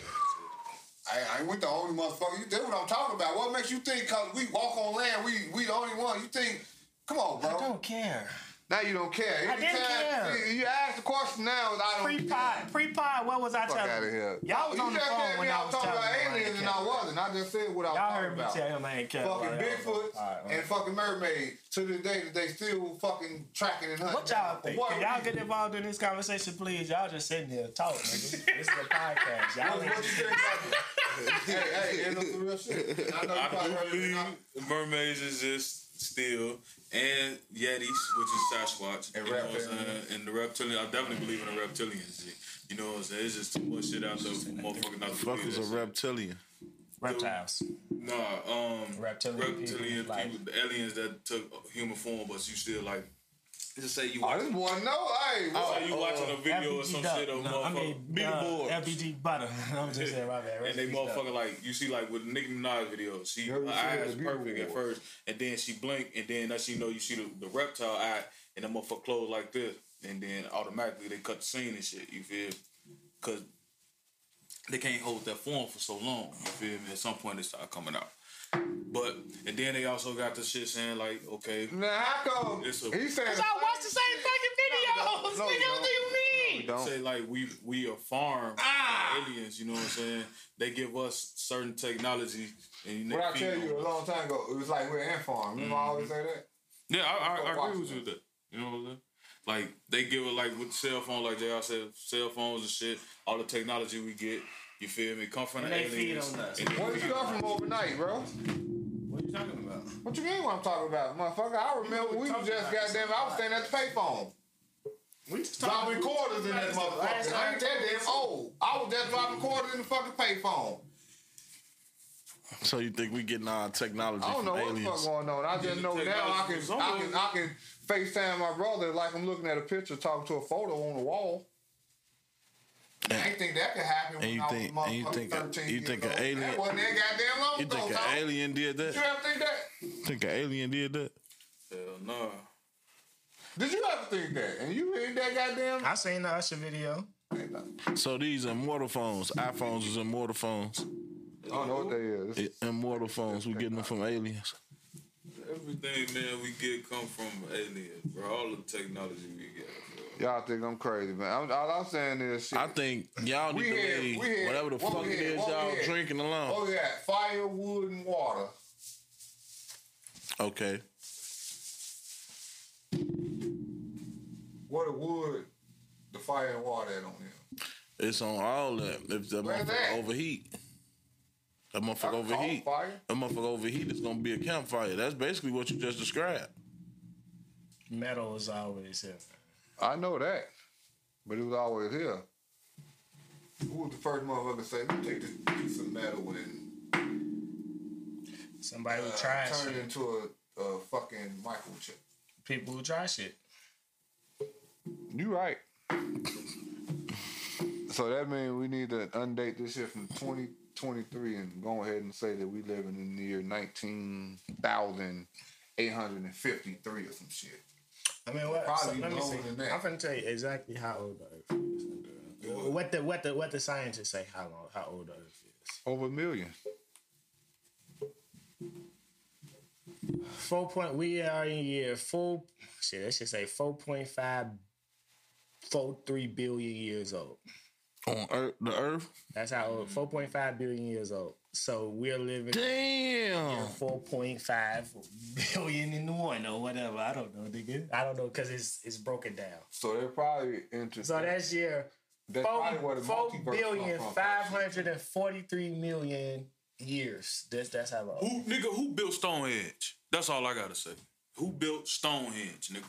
I, I ain't the only motherfucker. You did what I'm talking about. What makes you think? Cause we walk on land, we we the only one. You think Come on, I bro. don't care. Now you don't care. I didn't Anytime- care. You ask the question now, I don't Pre-pod, pre-pod. What was I Fuck telling? outta here. Y'all was You on the just said phone when me I I was talking telling you about I ain't aliens and care. I wasn't. I just said what I Y'all was talking heard me about. tell him I ain't care. fucking about it. Bigfoot All right, and fucking mermaid. To this day, they still fucking tracking and hunting. What y'all think? What Can y'all get involved in this conversation, please? Y'all just sitting here talking. nigga. This is a podcast. Y'all What ain't you think about it? hey, hey, ain't no some real shit. I know you I probably heard do it. believe I- mermaids exist still, and yetis, which is Sasquatch, And you know what I'm reptilians. saying, and the reptilian. I definitely believe in the reptilians. shit. You know what I'm saying? It's just too much shit out there, for motherfucking out Fuck is a there. reptilian. reptiles. Nah, um, Reptilian people, reptilian people, like- the aliens that took human form, but you still like. Just say you Oh, watch. this boy know. Hey, Oh, what? you watching a video or FBG some duck. shit of No, I mean, motherfucker. Beetleborgs. uh, FBG butter. I'm just saying, my bad. And they FBG duck. motherfucker like you see like with Nicki Minaj videos, she Yeah, her we see eye the is beautiful perfect at ones. first, and then she blink, and then that's you know you see the, the reptile eye, and the motherfucker close like this, and then automatically they cut the scene and shit. You feel? Because they can't hold that form for so long. You feel me? At some point they start coming out. But and then they also got the shit saying like, okay, Now, how come? It's a- He said. Y'all watch the same fucking videos. No, nigga, no, what do you mean? Don't. say like we we are farm Ah! aliens. You know what I'm saying? They give us certain technology, and they What I feed tell on you a us. long time ago, it was like we're ant farm. Remember I always say that? Yeah, I, I, Fuck I agree with Washington. you with that. You know what I'm saying? Like they give it like with cell phone, like JR said, cell phones and shit. All the technology we get, you feel me? Come from And the they feed aliens. on us. and they Where you feed on come us. from overnight, bro? What you talking about? What you mean what I'm talking about, motherfucker? I remember we was just goddamn. I was standing at the payphone. We just Dropping talking. quarters in that motherfucker. I ain't that damn old. I was just dropping quarters in the fucking payphone. So you think we getting our technology I don't from know what the fuck aliens? going on. I just the know now I technology can from I can I can FaceTime my brother like I'm looking at a picture talking to a photo on the wall. I ain't think that could happen And when you I was think- and you motherfucking think a- 13 you years think a old. alien- That wasn't that goddamn long You ago, think an dog. alien did You that? ever think that? Think an alien did that? Hell nah. Did you ever think that? And you ain't that goddamn I seen the Usher video. So these immortal phones, iPhones is immortal phones. I don't know what that is. I- Immortal phones, we getting them from aliens. Everything, man, we get come from aliens, bro. All the technology we get, bro. Y'all think I'm crazy, man. I'm, all I'm saying is shit. I think y'all We need to had- leave we had- whatever the what fuck we it had, is what we y'all had. drinking alone. Oh yeah, fire, wood, and water. Okay. What a wood, the fire and water at on here. It's on all that. If that Where's motherfucker that? overheat, that motherfucker That's called overheat. fire. That motherfucker overheat. It's gonna be a campfire. That's basically what you just described. Metal is always here. I know that, but it was always here. Who was the first motherfucker to say, "We take this piece of metal and Somebody who uh, tries turn it shit. into a, a fucking microchip"? People who try shit. You right. So that means we need to undate this shit from 2023 and go ahead and say that we living in the year 19,853 or some shit. I mean, what? So, Probably let me lower see. than that. I'm finna tell you exactly how old the Earth is. What the what the what the scientists say? How long? How old the Earth is? Over a million. Four point. We are in year four. Shit, that should say four point five, four three billion years old. On Earth, the Earth. That's how old. Four point five billion years old. So we're living. Damn. Four point five billion in the one or whatever. I don't know, nigga. I don't know because it's it's broken down. So they're probably interested. So that's your that's probably where the four multiverse billion come from. five hundred and forty three million years. That's that's how long. Who, nigga, who built Stonehenge? That's all I gotta say. Who built Stonehenge, nigga?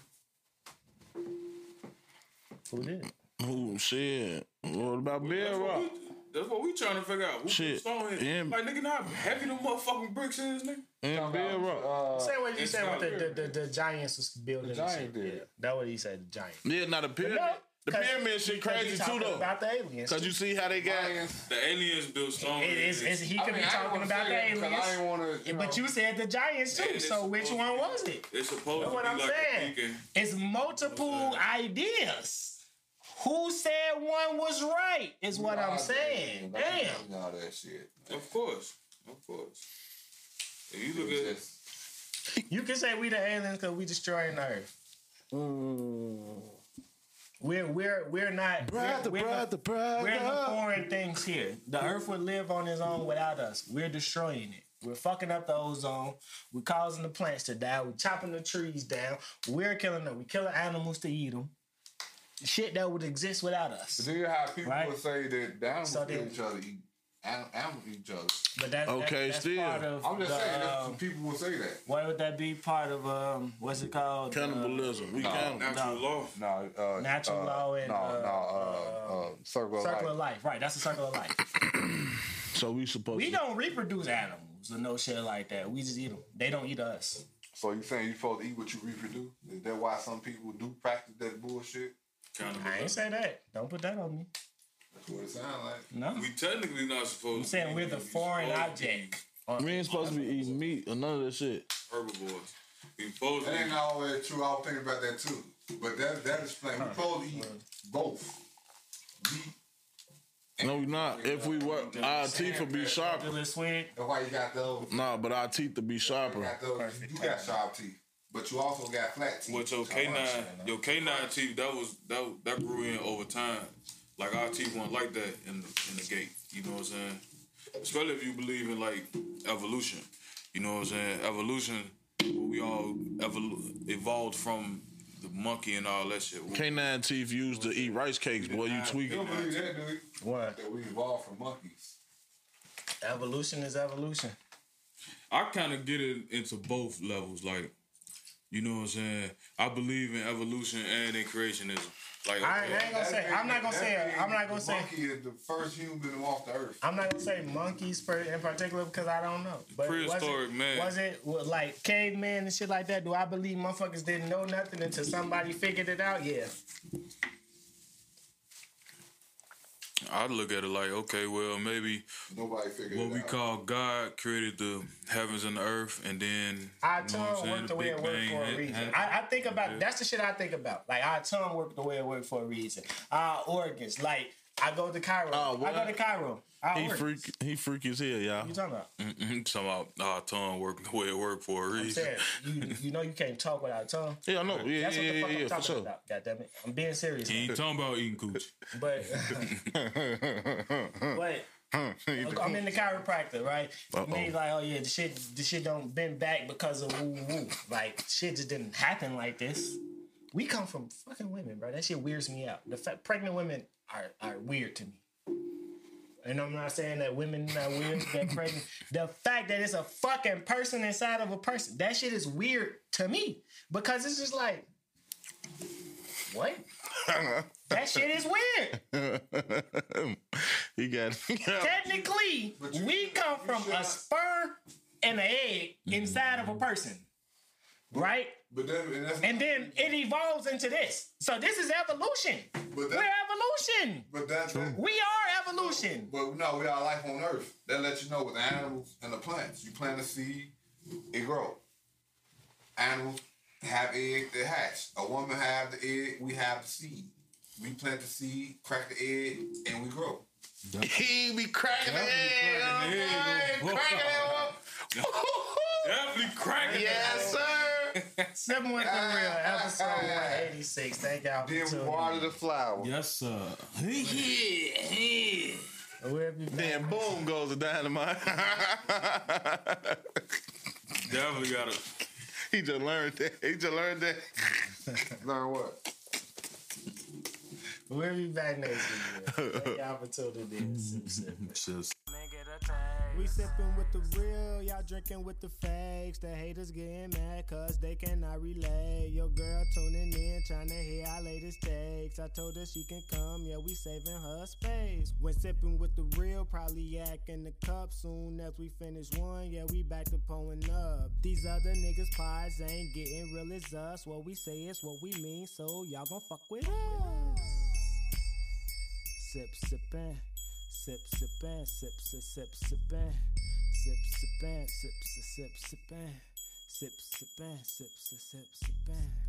Who did? it? Oh shit. What about Bill Rock? That's what we- That's what we trying to figure out. Who Shit. built Stonehenge? Yeah. Like, nigga, not heavy the motherfucking bricks is, nigga. And Bill Rock. Uh, Same way you it's said not with the, the, the, the giants was building. The giant shit. did. Yeah, that what he said. The giant. Yeah, not the pyramid. the 'cause- pyramid shit Cause you crazy too talking though. About the aliens. Cause you see how they got. The aliens built Stonehenge. It is. It's, he I could mean, be I didn't talking wanna about the say that because aliens. I didn't want to. but you said the giants too. And it's So which supposed one to was it? It's supposed That's to what be I'm like saying. a beacon. It's multiple ideas. Who said one was right? Is what I'm saying. Damn. All that shit. Of course, of course. If you look It was at just- You can say we the aliens because we destroying the Earth. We're we're we're not. we're, we're the, we're uh-huh. the foreign things here. The Earth would live on its own without us. We're destroying it. We're fucking up the ozone. We're causing the plants to die. We're chopping the trees down. We're killing them. We're killing animals to eat them. Shit that would exist without us. Do you how people Right. would say that animals So kill then- each other, eat, anim- animals eat each other? But that's that- Okay, that's still. part of I'm just the, saying that um, people would say that. Why would that be part of um? What's it called? Cannibalism. We cannibal. Natural law. No, uh, Natural uh, law and, no, uh, no, uh, uh, circle Uh, circle of life. of life. Right. That's the circle of life. So we supposed We to. don't reproduce animals or no shit like that. We just eat them. They don't eat us. So you saying you supposed to eat what you reproduce? Is that why some people do practice that bullshit? I ain't Cannibalism. say that. Don't put that on me. That's what it sounds like. No. We technically not supposed. I'm saying we're the foreign object. We ain't supposed to be eating meat or none of that shit. Herbivores. We supposed to. That ain't Be, always true. I was thinking about that too. But that that explains. We supposed to eat both. Meat. No, we not. If we were, our teeth would be sharper. Dylan Swig. That's why you got those. Nah, but our teeth would be You sharper. got those. Perfect. You got sharp teeth, but you also got flat teeth. with your So I K nine, understand your K nine teeth, that was that that grew in over time. Like our teeth weren't like that in the in the gate. You know what I'm saying? Especially if you believe in like evolution. You know what I'm saying? Evolution. We all evol- evolved from the monkey and all that shit. Canine teeth used to eat rice cakes, boy. You You tweaking. don't believe that, do you? What? That we evolved from monkeys. Evolution is evolution. I kind of get it into both levels. Like, you know what I'm saying? I believe in evolution and in creationism. Like, I, I okay, ain't gonna say. I'm not gonna say. I'm not gonna The say. Monkey is the first human to walk the earth. I'm not gonna say monkeys per, in particular because I don't know. But was Prehistoric it, man. Was it wa- like caveman and shit like that? Do I believe motherfuckers didn't know nothing until somebody figured it out? Yeah. I look at it like, okay, well, maybe Nobody figured what it we out. call God created the heavens and the earth, and then Our you know what tongue I'm saying, worked the way Big it worked Bang for a hap- reason. happened. I, I think about that's the shit I think about. Like our tongue worked the way it worked for a reason. Our organs, like I go to Cairo. Oh, I what? go to Cairo. Our He organs. freak. He freak as hell, y'all. You talking about? Mhm, Talking about our tongue worked the way it worked for a I'm reason. saying you, you know you can't talk without tongue. Yeah, I know. Yeah, That's yeah, what the yeah, fuck I'm yeah, for talking sure. about. God damn it, I'm being serious. He ain't talking about eating coochie. But but I'm in the chiropractor, right? Uh-oh. And he's like, oh yeah, the shit, the shit don't bend back because of woo woo. Like shit just didn't happen like this. We come from fucking women, bro. That shit weirds me out. The fact pregnant women are are weird to me. And I'm not saying that women are weird, that pregnant. The fact that it's a fucking person inside of a person, that shit is weird to me because it's just like, what? that shit is weird. he got. Technically, we come from a sperm and an egg inside of a person, right? But that, and that's, And then it evolves into this. So this is evolution. but We're that, evolution. but that, that, We are evolution. but no, we are life on earth. That lets you know with animals and the plants. You plant a seed, it grows. Animals have egg, they hatch. A woman have the egg, we have the seed. We plant the seed, crack the egg, and we grow. he be cracking Definitely cracking the egg on- Definitely cracking Yes, sir. Seven one three real episode one eighty six. Thank y'all for Then we water tuning the flower. that. Yes, sir. in. We'll be back. Then boom goes the dynamite. Definitely got it. he just learned that. He just learned that. Learn what? We'll be back next week. man. Thank y'all for tuning in. Sip, sip. Nigga, the tag. We sippin' with the real, y'all drinking with the fakes. The haters getting mad cause they cannot relate. Your girl tuning in, trying to hear our latest takes. I told her she can come, yeah, we saving her space. When sippin' with the real, probably yak in the cup. Soon as we finish one, yeah, we back to pulling up. These other niggas' pies ain't getting real as us. What we say is what we mean, so y'all gon' fuck with us. Sip, sippin'. Sip, sippin', sip, sip, sip, sippin'. Sip, sippin', sip, sip, sip, sippin'. Sip, sippin', sip, sip, sip, sippin'.